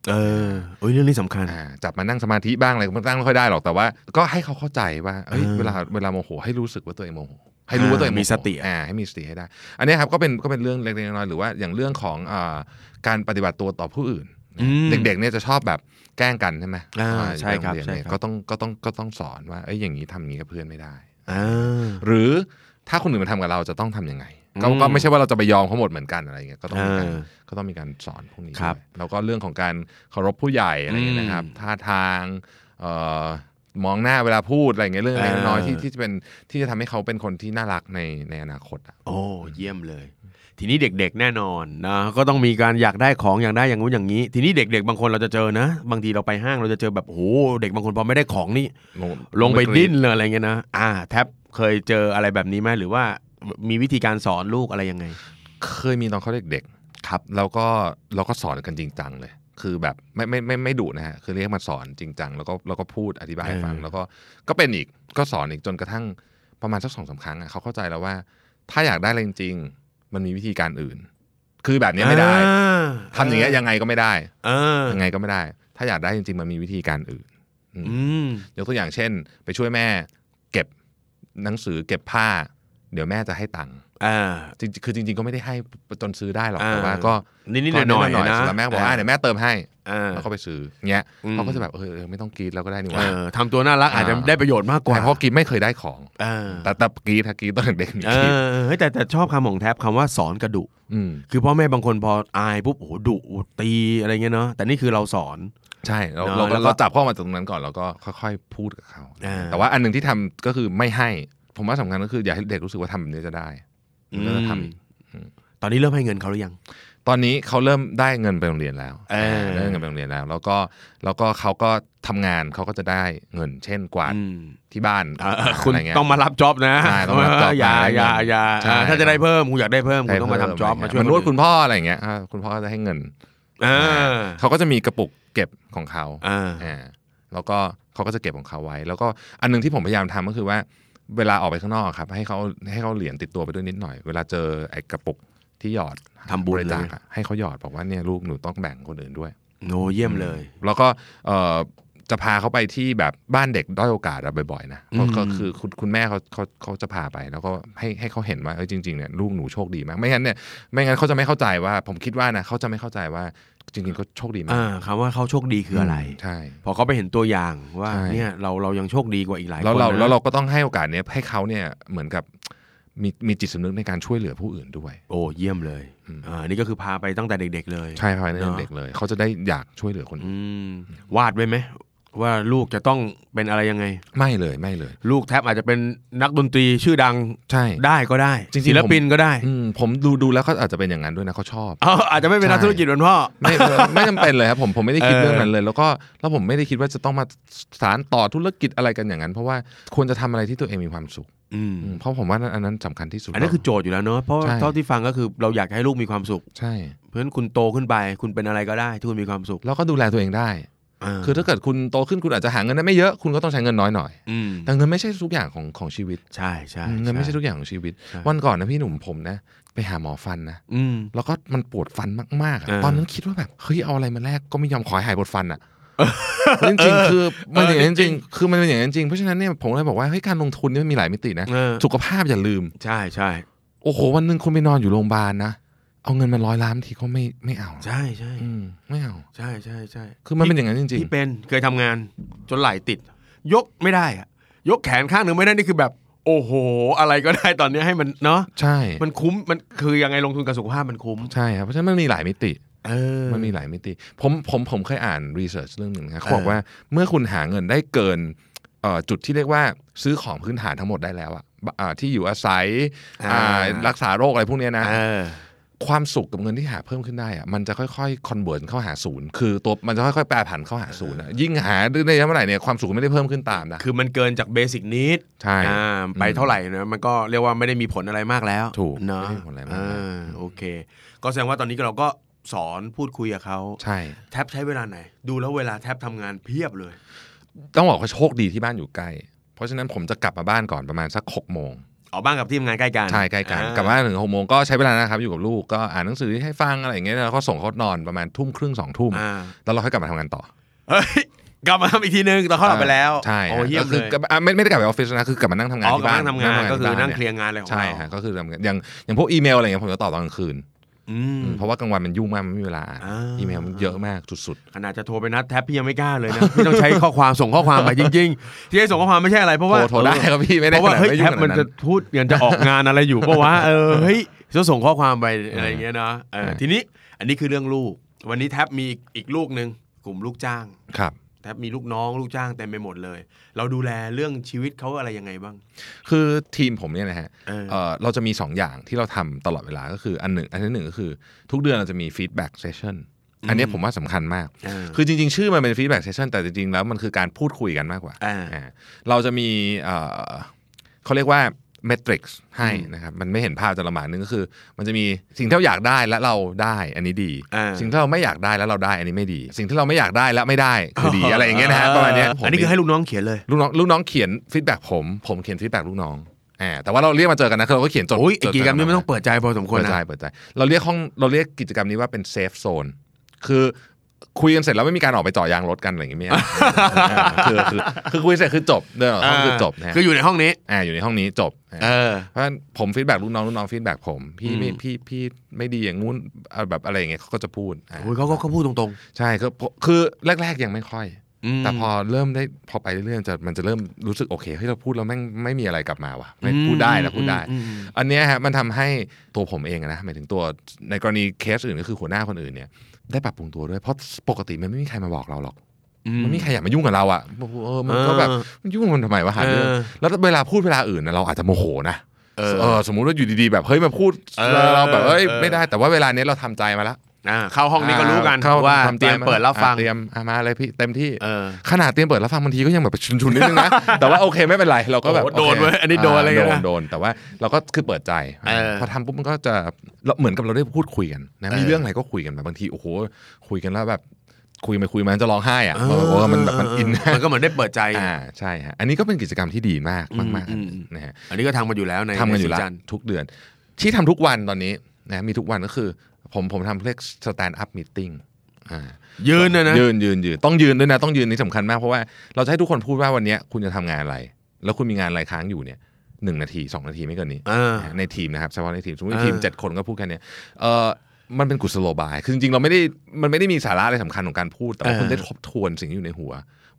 Speaker 1: เออเอ้ยเรื่องนี้สำคัญ
Speaker 2: อ่าจับมานั่งสมาธิบ้างอะไรมันนั่งไม่ค่อยได้หรอก แต่ว่าก็ให้เขาเข้าใจว่าเอ้ย
Speaker 1: อ่า
Speaker 2: เวลาเวลาโมโหให้รู้สึกว่าตัวเองโมโห ให้รู้ว่าตัวเองโโห
Speaker 1: มีสติ
Speaker 2: อ่าให้มีสติให้ได้ อันเนี้ยครับก็เป็นก็เป็นเรื่องเล็กๆน้อยๆหรือว่าอย่างเรื่องของเออการปฏิบัติตัวต่อผู้อื่น
Speaker 1: อืม
Speaker 2: เด็กๆเนี่ยจะชอบแบบแกล้งกันใช่ไหม
Speaker 1: อ่า
Speaker 2: อ่า
Speaker 1: ใช่ครับ
Speaker 2: เด็กๆ
Speaker 1: ใช่
Speaker 2: เนี่ย
Speaker 1: ครับ
Speaker 2: ก็ต้องก็ต้องก็ต้องสอนว่าเอ้ยอย่างนี้ทำอย่างนี้กับเพื่อนไม่ได้
Speaker 1: อ่า
Speaker 2: หรือถ้าคนอื่นมาทำกับเราจะต้องทำยังไงก็
Speaker 1: อืม
Speaker 2: ก็ไม่ใช่ว่าเราจะไปยอมเขาหมดเหมือนกันอะไรเงี้ยก็ต้องมีการ
Speaker 1: เออ
Speaker 2: ก็ต้องมีการสอนพวกนี้
Speaker 1: ครับ
Speaker 2: ด้วยแล้วก็เรื่องของการเคารพผู้ใหญ่อะไรเงี้ยนะครับ
Speaker 1: อืม
Speaker 2: ท่าทางเอ่อมองหน้าเวลาพูดอะไรเงี้ยเรื่องเล็กๆน้อยๆ
Speaker 1: เออ
Speaker 2: ที่ที่จะเป็นที่จะทำให้เขาเป็นคนที่น่ารักในในอนาคตอะ
Speaker 1: โอ้เยี่ยมเลย ทีนี้เด็กๆแน่นอนนะก็ต้องมีการอยากได้ของอยากได้อย่างงู้นอย่างนี้ ทีนี้เด็ก ๆ บางคนเราจะเจอนะ บางทีเราไปห้างเราจะเจอแบบโอ้โหเด็กบางคนพอไม่ได้ของนี่ ลงไปดิ้นเลยอะไรเงี้ยนะ อ่า แท็บเคยเจออะไรแบบนี้ไหมหรือว่ามีวิธีการสอนลูกอะไรยังไง
Speaker 2: เคยมีตอนเขาเด็กๆครับ แล้วก็เราก็สอนกันจริงจังเลย คือแบบไม่ไม่ไม่ไม่ดุนะฮะ คือเรียกมาสอนจริงจังแล้วก็แล้วก็พูดอธิบายให้ฟัง
Speaker 1: เออ
Speaker 2: แล้วก็ก็เป็นอีกก็สอนอีกจนกระทั่งประมาณสักสองสามครั้งอะเขาเข้าใจแล้วว่า ถ้าอยากได้อะไรจริงๆ มันมีวิธีการอื่น คือแบบเนี้ยไม่ได้
Speaker 1: อ่า
Speaker 2: ทำอย่างเงี้ยยังไงก็ไม่ได้
Speaker 1: เออ
Speaker 2: ยังไงก็ไม่ได้ ถ้าอยากได้จริงๆ มันมีวิธีการอื่น
Speaker 1: อืม
Speaker 2: ยกตัวอย่างเช่น ไปช่วยแม่ เก็บหนังสือเก็บผ้า เดี๋ยวแม่จะให้ตังค์
Speaker 1: อ่า
Speaker 2: จริงๆคือจริง ๆ ก็ไม่ได้ให้จนซื้อได้หรอก
Speaker 1: อ่า
Speaker 2: แต่ว่าก็
Speaker 1: นิดๆหน่อยๆนะ
Speaker 2: เสร็จแล้วแม่บอกว่าเดี๋ยวแม่เติมให้
Speaker 1: อ่า
Speaker 2: แล้วก็ไปซื้อเงี้ย
Speaker 1: อืม
Speaker 2: เขาก็จะแบบเออเออไม่ต้องกรีดแล้วก็ได้นี่
Speaker 1: เอ
Speaker 2: ว่า
Speaker 1: อทำตัวน่ารักอาจจะ
Speaker 2: อ่า
Speaker 1: ได้ประโยชน์มากกว่า
Speaker 2: แต่เพราะกรีดไม่เคยได้ของ
Speaker 1: เออ
Speaker 2: แต่แต่กรีดถ้ากรีดตอนเด็กๆมี
Speaker 1: เอก
Speaker 2: รีด
Speaker 1: อเฮ้ยแต่แต่ชอบคำของแท็บคำว่าสอนกระดุ
Speaker 2: อืม
Speaker 1: คือพ่อแม่บางคนพออายปุ๊บโอ้โหดุตีอะไรเงี้ยเนาะแต่นี่คือเราสอน
Speaker 2: ใช่เรา
Speaker 1: เนอะ
Speaker 2: เรา
Speaker 1: แล้วก็
Speaker 2: เราจับเข้อมาจากตรงนั้นก่อนแล้วก็ค่อยๆพูดกับเขา
Speaker 1: อ่า
Speaker 2: แต่ว่าอันหนึ่งที่ทำก็คือไม่ให้ ผมว่าสำคัญก็คืออยากให้เด็กรู้สึกว่าทำแบบนี้จะได้มันก็จะทำอีก
Speaker 1: ตอนนี้เริ่มให้เงินเขาหรือยัง
Speaker 2: ตอนนี้เขาเริ่มได้เงินไปโรงเรียนแล้ว
Speaker 1: เออ
Speaker 2: ได้เงินไปโรงเรียนแล้ว แล้วก็แล้วก็เขาก็ทำงานเขาก็จะได้เงิน เช่นกวาดที่บ้าน
Speaker 1: เออคุณ
Speaker 2: ะไรเ
Speaker 1: ต้องมารับจ็อบนะ
Speaker 2: ใช่ต้องมารับจ็อบ
Speaker 1: เอย่า
Speaker 2: มา
Speaker 1: อย่าอย่า
Speaker 2: ใช่
Speaker 1: อ่าถ้าจะได้เพิ่มคุณอยากได้เพิ่มคุณต้องมาทำจ็อบ
Speaker 2: ใเพิ่
Speaker 1: มาช่วย
Speaker 2: มันนวดคุณพ่ออะไรอย่างเงี้ยอ่าคุณพ่อก็จะให้เงิน
Speaker 1: เออ
Speaker 2: เขาก็จะมีกระปุกเก็บของเขา
Speaker 1: เออ
Speaker 2: อ่าแล้วก็เขาก็จะเก็บของเขาไว้ แล้วก็อันหนึงที่ผมพยายามทำก็คือว่า เวลาออกไปข้างนอกครับให้เขาให้เขาเหรียญติดตัวไปด้วยนิดหน่อย เวลาเจอไอ้กระปุกที่หยอด
Speaker 1: ทำบุญ
Speaker 2: ริ
Speaker 1: เล
Speaker 2: จาย คอะให้เขาหยอดบอกว่าเนี่ยลูกหนูต้องแบ่งคนอื่นด้วย
Speaker 1: โนเยี่ยมเลย
Speaker 2: แล้วก็เอ่อจะพาเขาไปที่แบบบ้านเด็กด้อยโอกาสอะบ่อยๆนะ
Speaker 1: อืม
Speaker 2: ก็คือคุณคุณแม่เขาเขาเขาจะพาไปแล้วก็ให้ให้เขาเห็นว่าเออจริงๆเนี่ยลูกหนูโชคดีมากไม่งั้นเนี่ยไม่งั้นเขาจะไม่เข้าใจว่า ผมคิดว่านะเขาจะไม่เข้าใจว่าจริงๆเขาโชคดีมาก
Speaker 1: อ่าคำว่าเขาโชคดีคืออะไร
Speaker 2: ใช่
Speaker 1: พอเขาไปเห็นตัวอย่างว่า
Speaker 2: ใช่
Speaker 1: เนี่ยเราเรายังโชคดีกว่าอีกหลายคน
Speaker 2: แล้วเรา
Speaker 1: นะ
Speaker 2: แล้วเราก็ต้องให้โอกาสเนี้ยให้เขาเนี่ยเหมือนกับมีมีจิตสำนึกในการช่วยเหลือผู้อื่นด้วย
Speaker 1: โอ้เยี่ยมเลย
Speaker 2: อืม
Speaker 1: อ่านี่ก็คือพาไปตั้งแต่เด็ก ๆ เลย
Speaker 2: ใช่ภายใน
Speaker 1: เนอะ
Speaker 2: เด็กเลย เขาจะได้อยากช่วยเหลือคนอื่น
Speaker 1: อืมวาดไว้ไหม ว่าลูกจะต้องเป็นอะไรยังไง
Speaker 2: ไม่เลยไม่เลย
Speaker 1: ลูกแทบอาจจะเป็นนักดนตรีชื่อดัง
Speaker 2: ใช่
Speaker 1: ได้ก็ได้
Speaker 2: จริงๆ
Speaker 1: ศิลปินก็ได้
Speaker 2: อืมผมดูดูแล้วเขาอาจจะเป็นอย่างนั้นด้วยนะเขาชอบ
Speaker 1: เอออาจจะไม่เป็นนักธุรกิจเหมือนพ่อ
Speaker 2: ไม่เออไม่จำเป็นเลยครับผมผมไม่ได้คิด
Speaker 1: เออ
Speaker 2: เรื่องนั้นเลย แล้วก็แล้วผมไม่ได้คิดว่าจะต้องมาสารต่อธุรกิจอะไรกันอย่างนั้น เพราะว่าควรจะทำอะไรที่ตัวเองมีความสุข
Speaker 1: อืม
Speaker 2: อืมเพราะผมว่าอันนั้นสำคัญที่สุด
Speaker 1: อันนี้นคือโจทย์อยู่แล้วเนอะเพราะ
Speaker 2: ใช่
Speaker 1: เท่าที่ฟังก็คือเราอยากให้ลูกมีความสุข
Speaker 2: ใช่
Speaker 1: เพราะฉะนั้นคุณโตขึ้นไป คุณเป็นอะไรก็ได้ที่คุณมีความสุข
Speaker 2: แล้วก็ดูแลตัวเองได้
Speaker 1: อ่า
Speaker 2: คือถ้าเกิดคุณโตขึ้นคุณอาจจะหาเงินได้ไม่เยอะคุณก็ต้องใช้เงินน้อยหน่อย
Speaker 1: อืม
Speaker 2: แต่เงินไม่ใช่ทุกอย่างของของชีวิต
Speaker 1: ใช่ใช่
Speaker 2: เงินไม่ใช่ทุกอย่างของชีวิต วันก่อนนะพี่หนุ่มผมนะ ไปหาหมอฟันนะ
Speaker 1: อืม
Speaker 2: แล้วก็มันปวดฟันมากๆอะ
Speaker 1: เออ
Speaker 2: ตอนนั้นคิดว่าแบบเฮ้ยเอาอะไรมาแลกก็ไม่ยอมขอให้หายปวดฟันอ่ะจริงๆคือมันอย่างนั้นจริงๆคือมันเป็นอย่างนั้นจริงเพราะฉะนั้นเนี่ยผมเลยบอกว่าเฮ้ยการลงทุนเนี่ยมันมีหลายมิตินะ
Speaker 1: เออ
Speaker 2: สุขภาพอย่าลืม
Speaker 1: ใช่ใช่
Speaker 2: โอ้โหวันหนึ่งคุณไปนอนอยู่โรงพยาบาลนะเอาเงินมาร้อยล้านทีก็ไม่ไม่เอา
Speaker 1: ใช่ใช่
Speaker 2: อืมไม่เอา
Speaker 1: ใช่ใช่ใช่
Speaker 2: คือมันเป็นอย่างนั้นจริง
Speaker 1: ที่เป็นเคยทำงานจนไหล่ติด ยกไม่ได้อะยกแขนข้างหนึ่งไม่ได้นี่คือแบบ โอ้โห อะไรก็ได้ตอนเนี้ยให้มันเนาะ
Speaker 2: ๆใช่
Speaker 1: มันคุ้มมันคือยังไงลงทุนกับสุขภาพมันคุ้ม
Speaker 2: ใช่ครับเพราะฉะนั้นมันมีหลายมิติ
Speaker 1: เออ
Speaker 2: มันมีหลายมิติ ผมผมผมเคยอ่านรีเสิร์ชเรื่องหนึ่งนะครับเขาบอ
Speaker 1: เอก อ
Speaker 2: ว่าเมื่อคุณหาเงินได้เกินเอ่อจุดที่เรียกว่าซื้อของพื้นฐานทั้งหมดได้แล้วอะบะอ่าที่อยู่อาศัยอ่ารักษาโรคอะไรพวกเนี้ยนะ
Speaker 1: เออ
Speaker 2: ความสุขกับเงินที่หาเพิ่มขึ้นได้อะมันจะค่อยๆคอนเวิร์เข้าหาศูนย์คือตัวมันจะค่อยๆแปรผันเข้าหาศูนย์อะยิ่งหาได้เยอะเมื่อไหร่เนี่ยความสุขไม่ได้เพิ่มขึ้นตามนะ
Speaker 1: คือมันเกินจากเบสิกนิด
Speaker 2: ใช่
Speaker 1: อ่าไปเท่าไหร่นะมันก็เรียกว่าไม่ได้มีผลอะไรมากแล้ว
Speaker 2: ถูก
Speaker 1: เนาะ
Speaker 2: ไม่ได้มีผลอะไรมาก
Speaker 1: อ่โอเค ก็แสดงว่าตอนนี้เราก็สอนพูดคุยกับเขา
Speaker 2: ใช่
Speaker 1: แท็บใช้เวลาไหน ดูแล้วเวลาแท็บทำงานเพียบเลย
Speaker 2: ต้องบอกว่าโชคดีที่บ้านอยู่ใกล้เพราะฉะนั้นผมจะกลับมาบ้านก่อนประมาณสักหกโมง
Speaker 1: ออกบ้านกับที่ทำงานใกล้กัน
Speaker 2: ใช่ใกล้กัน
Speaker 1: อ่
Speaker 2: กลับบ้านถึงหกโมงก็ใช้เวลานะครับอยู่กับลูกก็อ่านหนังสือให้ฟังอะไรอย่างเงี้ยแล้วก็ส่งเขานอนประมาณทุ่มครึ่งสองทุ่ม
Speaker 1: อ่า
Speaker 2: แล้วเราค่อยกลับมาทำงานต่อ
Speaker 1: เฮ้ยกลับมาทำอีกทีนึงตอนเขาหลับไปแล้ว
Speaker 2: ใช่
Speaker 1: โอ้เยี่ยม
Speaker 2: ก็
Speaker 1: เล
Speaker 2: คือยกลับอ่ะไม่ไม่ได้กลับไปออฟฟิศนะคือกลับมานั่งทำงาน
Speaker 1: อ๋อก
Speaker 2: ที่
Speaker 1: ลับ
Speaker 2: บ้า
Speaker 1: บ้าน นทำงานก็คือนั่งเคลี
Speaker 2: บ้าย
Speaker 1: ร์งานอะไรของ
Speaker 2: ใช่
Speaker 1: เรา
Speaker 2: ฮะก็คือทำงานอย่างอย่างพวกอีเมลอะไรเงี้ยผมจะตอบตอนกลางคืน
Speaker 1: อืม
Speaker 2: เพราะว่ากลางวันมันยุ่งมากมันไม่มีเวลาอ่าน
Speaker 1: อ่า
Speaker 2: อีเมลมันเยอะมากสุด
Speaker 1: ขนาดจะโทรไปนัดแท็บพี่ยังไม่กล้าเลยนะพี่ต้องใช้ข้อความส่งข้อความไปจริง ๆ ที่ให้ส่งข้อความไม่ใช่อะไรเพ
Speaker 2: ๆ
Speaker 1: ราะ
Speaker 2: โท
Speaker 1: ว่าร
Speaker 2: โทรได้ครับพี่ไม่
Speaker 1: เพ
Speaker 2: ได้
Speaker 1: ราะว่า
Speaker 2: ขนด
Speaker 1: เฮ้ย
Speaker 2: ไยุ่
Speaker 1: แท็
Speaker 2: ง
Speaker 1: บ
Speaker 2: ขนาด
Speaker 1: มันจะ
Speaker 2: น
Speaker 1: พูดเงินจะออกงานอะไรอยู่เพราะ ว่าเออเฮ้ยจะส่งข้อความไปอะไรอย่างเงี้ยนะเออ
Speaker 2: ใช่
Speaker 1: ทีนี้อันนี้คือเรื่องลูก วันนี้แท็บมีอีกอีกลูกหนึ่งกลุ่มลูกจ้าง
Speaker 2: ครับ
Speaker 1: แท็บมีลูกน้องลูกจ้างเต็มไปหมดเลย เราดูแลเรื่องชีวิตเขาอะไรยังไงบ้าง
Speaker 2: คือทีมผมเนี่ยนะฮะ
Speaker 1: เออ
Speaker 2: เอ่อเราจะมี 2 อย่างที่เราทำตลอดเวลาก็คืออันหนึ่งอันที่หนึ่งก็คือทุกเดือนเราจะมีฟีดแบ็กเซสชั่นอันเนี้ยผมว่าสำคัญมาก
Speaker 1: เออ
Speaker 2: คือจริง ๆ ชื่อมันเป็นฟีดแบ็กเซสชันแต่จริง ๆ แล้วมันคือการพูดคุยกันมากกว่า
Speaker 1: อ่า
Speaker 2: อ่าเราจะมีเอ่อเขาเรียกว่าเมทริกซ์ให้นะครับ มันไม่เห็นภาพจะละหมาดนึงก็คือ มันจะมีสิ่งที่เราอยากได้และเราได้อันนี้ดี
Speaker 1: อ่า
Speaker 2: สิ่งที่เราไม่อยากได้แล้วเราได้อันนี้ไม่ดี สิ่งที่เราไม่อยากได้และไม่ได้คือดีอะไรอย่างเงี้ยนะฮะประมาณเนี้ยผม
Speaker 1: อันนี้คือให้ลูกน้องเขียนเลย
Speaker 2: ลูกน้องลูกน้องเขียนฟีดแบ็กผม ผมเขียนฟีดแบ็กลูกน้องอ่าแต่ว่าเราเรียกมาเจอกันนะคือเราก็เขียนจด
Speaker 1: โอ้ยไอ้
Speaker 2: จด
Speaker 1: กิจกรรมนี้
Speaker 2: จด
Speaker 1: ไม่ต้องเปิดใจพอสมควร
Speaker 2: เปิดใจ
Speaker 1: นะ
Speaker 2: เปิดใจ เราเรียกห้องเราเรียกกิจกรรมนี้ว่าเป็นเซฟโซนคือคุยกันเสร็จแล้วไม่มีการออกไปเจ่อยางรถกันอะไรอย่างเงี้ยไม่ เอาคือคือคือคุยเสร็จคือจบเดินออกจากห้องคือจบนะ
Speaker 1: คืออยู่ในห้องนี้
Speaker 2: อ่าอยู่ในห้องนี้จบอ่า
Speaker 1: เออ
Speaker 2: เพราะฉะนั้นผมฟีดแบ็กลูกน้องลูกน้องฟีดแบ็กผมพี่ไม่
Speaker 1: อืม
Speaker 2: พี่พี่ไม่ดีอย่างงู้นเอาแบบอะไรอย่างเงี้ยเขาก็จะพูดอ่า
Speaker 1: โอ้ยเขาก็เขาพูดตรง
Speaker 2: ใช่คือคือแรก ๆยังไม่ค่อย
Speaker 1: ๆอืม
Speaker 2: แต่พอเริ่มได้พอไปเรื่อยๆจะมันจะเริ่มรู้สึกโอเคเฮ้ยเราพูดแล้วแม่งไม่มีอะไรกลับมาว่ะไม่พูดได้นะพูดได้
Speaker 1: อืมอืม
Speaker 2: อันเนี้ยฮะมันทำให้ตัวผมเองอะนะหมายถึงตัวในกรณีเคสอื่นก็คือหัวหน้าคนอื่นเนี่ยได้ปรับปรุงตัวด้วยเพราะปกติมันไม่มีใครมาบอกเราหรอก
Speaker 1: อื
Speaker 2: มันไม่มีใครอยากมายุ่งกับเราอ่ะเออมันก็แบบ
Speaker 1: เออ
Speaker 2: มันยุ่งมันทำไมวะหาเรื่อง
Speaker 1: เออ
Speaker 2: แล้วเวลาพูดเวลาอื่นนะเราอาจจะโมโหนะ
Speaker 1: เออ
Speaker 2: เออสมมุติว่าอยู่ดีๆแบบเฮ้ยมาพูด
Speaker 1: เออ
Speaker 2: เราแบบเอ้ย
Speaker 1: เออ
Speaker 2: ไม่ได้แต่ว่าเวลาเนี้ยเราทำใจมาแล้ว
Speaker 1: อ่าเข้าห้องนี้ก็รู้กัน
Speaker 2: เข้
Speaker 1: ว่า
Speaker 2: ทำใจ
Speaker 1: เตรียม
Speaker 2: า
Speaker 1: เปิดรับฟัง
Speaker 2: อ่ะเตรียมอ่ะมาเลยพี่เต็มที่
Speaker 1: เออ
Speaker 2: ขนาดเตรียมเปิดแล้วฟังบางทีก็ยังแบบชุนๆนิดนึ งนะ แต่ว่าโอเคไม่เป็นไรเราก็แบบ
Speaker 1: โอ้โหโดน
Speaker 2: ค
Speaker 1: เว้ยอันนี้โดนา อะไรเงี้ยนะ
Speaker 2: โดนโดนแต่ว่าเราก็คือเปิดใจ
Speaker 1: เออ
Speaker 2: พอทำปุ๊บมันก็จะเราเหมือนกับเราได้พูดคุยกันนะมี
Speaker 1: เออ
Speaker 2: เรื่องอะไรก็คุยกันแบบบางทีโอ้โหคุยกันแล้วแบบคุยไปคุยมาจะร้องไห้อะ
Speaker 1: เออ
Speaker 2: เออมันแบบมันอิน
Speaker 1: มันก็เหมือนได้เปิดใจ
Speaker 2: อ่าใช่ฮะอันนี้ก็เป็นกิจกรรมที่ดีมากมาก
Speaker 1: อืมอืม
Speaker 2: ๆนะฮะ
Speaker 1: อันนี้ก็ทำมาอยู่แล้วใน
Speaker 2: ทำกันอยู่
Speaker 1: ใน
Speaker 2: แล้ว
Speaker 1: สีจันทร์
Speaker 2: ทุกเดือน ที่ทำทุกวันตอนนี้นะมีทุกวันก็คือ ผมผมทำเรียก stand up meeting อ่า
Speaker 1: ยืนนะนะ
Speaker 2: ยืนยืนยืนต้องยืนด้วยนะต้องยืนนี่สำคัญมากเพราะว่าเราจะให้ทุกคนพูดว่าวันเนี้ยคุณจะทำงานอะไร แล้วคุณมีงานอะไรค้างอยู่เนี่ยหนึ่งนาทีสองนาทีไม่เกินนี้
Speaker 1: เออ
Speaker 2: ในทีมนะครับเฉพาะในทีมสมมติ
Speaker 1: เออ
Speaker 2: ทีมเจ็ดคนก็พูดแค่เนี้ยเออมันเป็นกุศโลบาย คือจริงๆเราไม่ได้มันไม่ได้มีสาระอะไรสำคัญของการพูด แต่ว่าคุณได้ทบทวนสิ่งที่อยู่ในหัว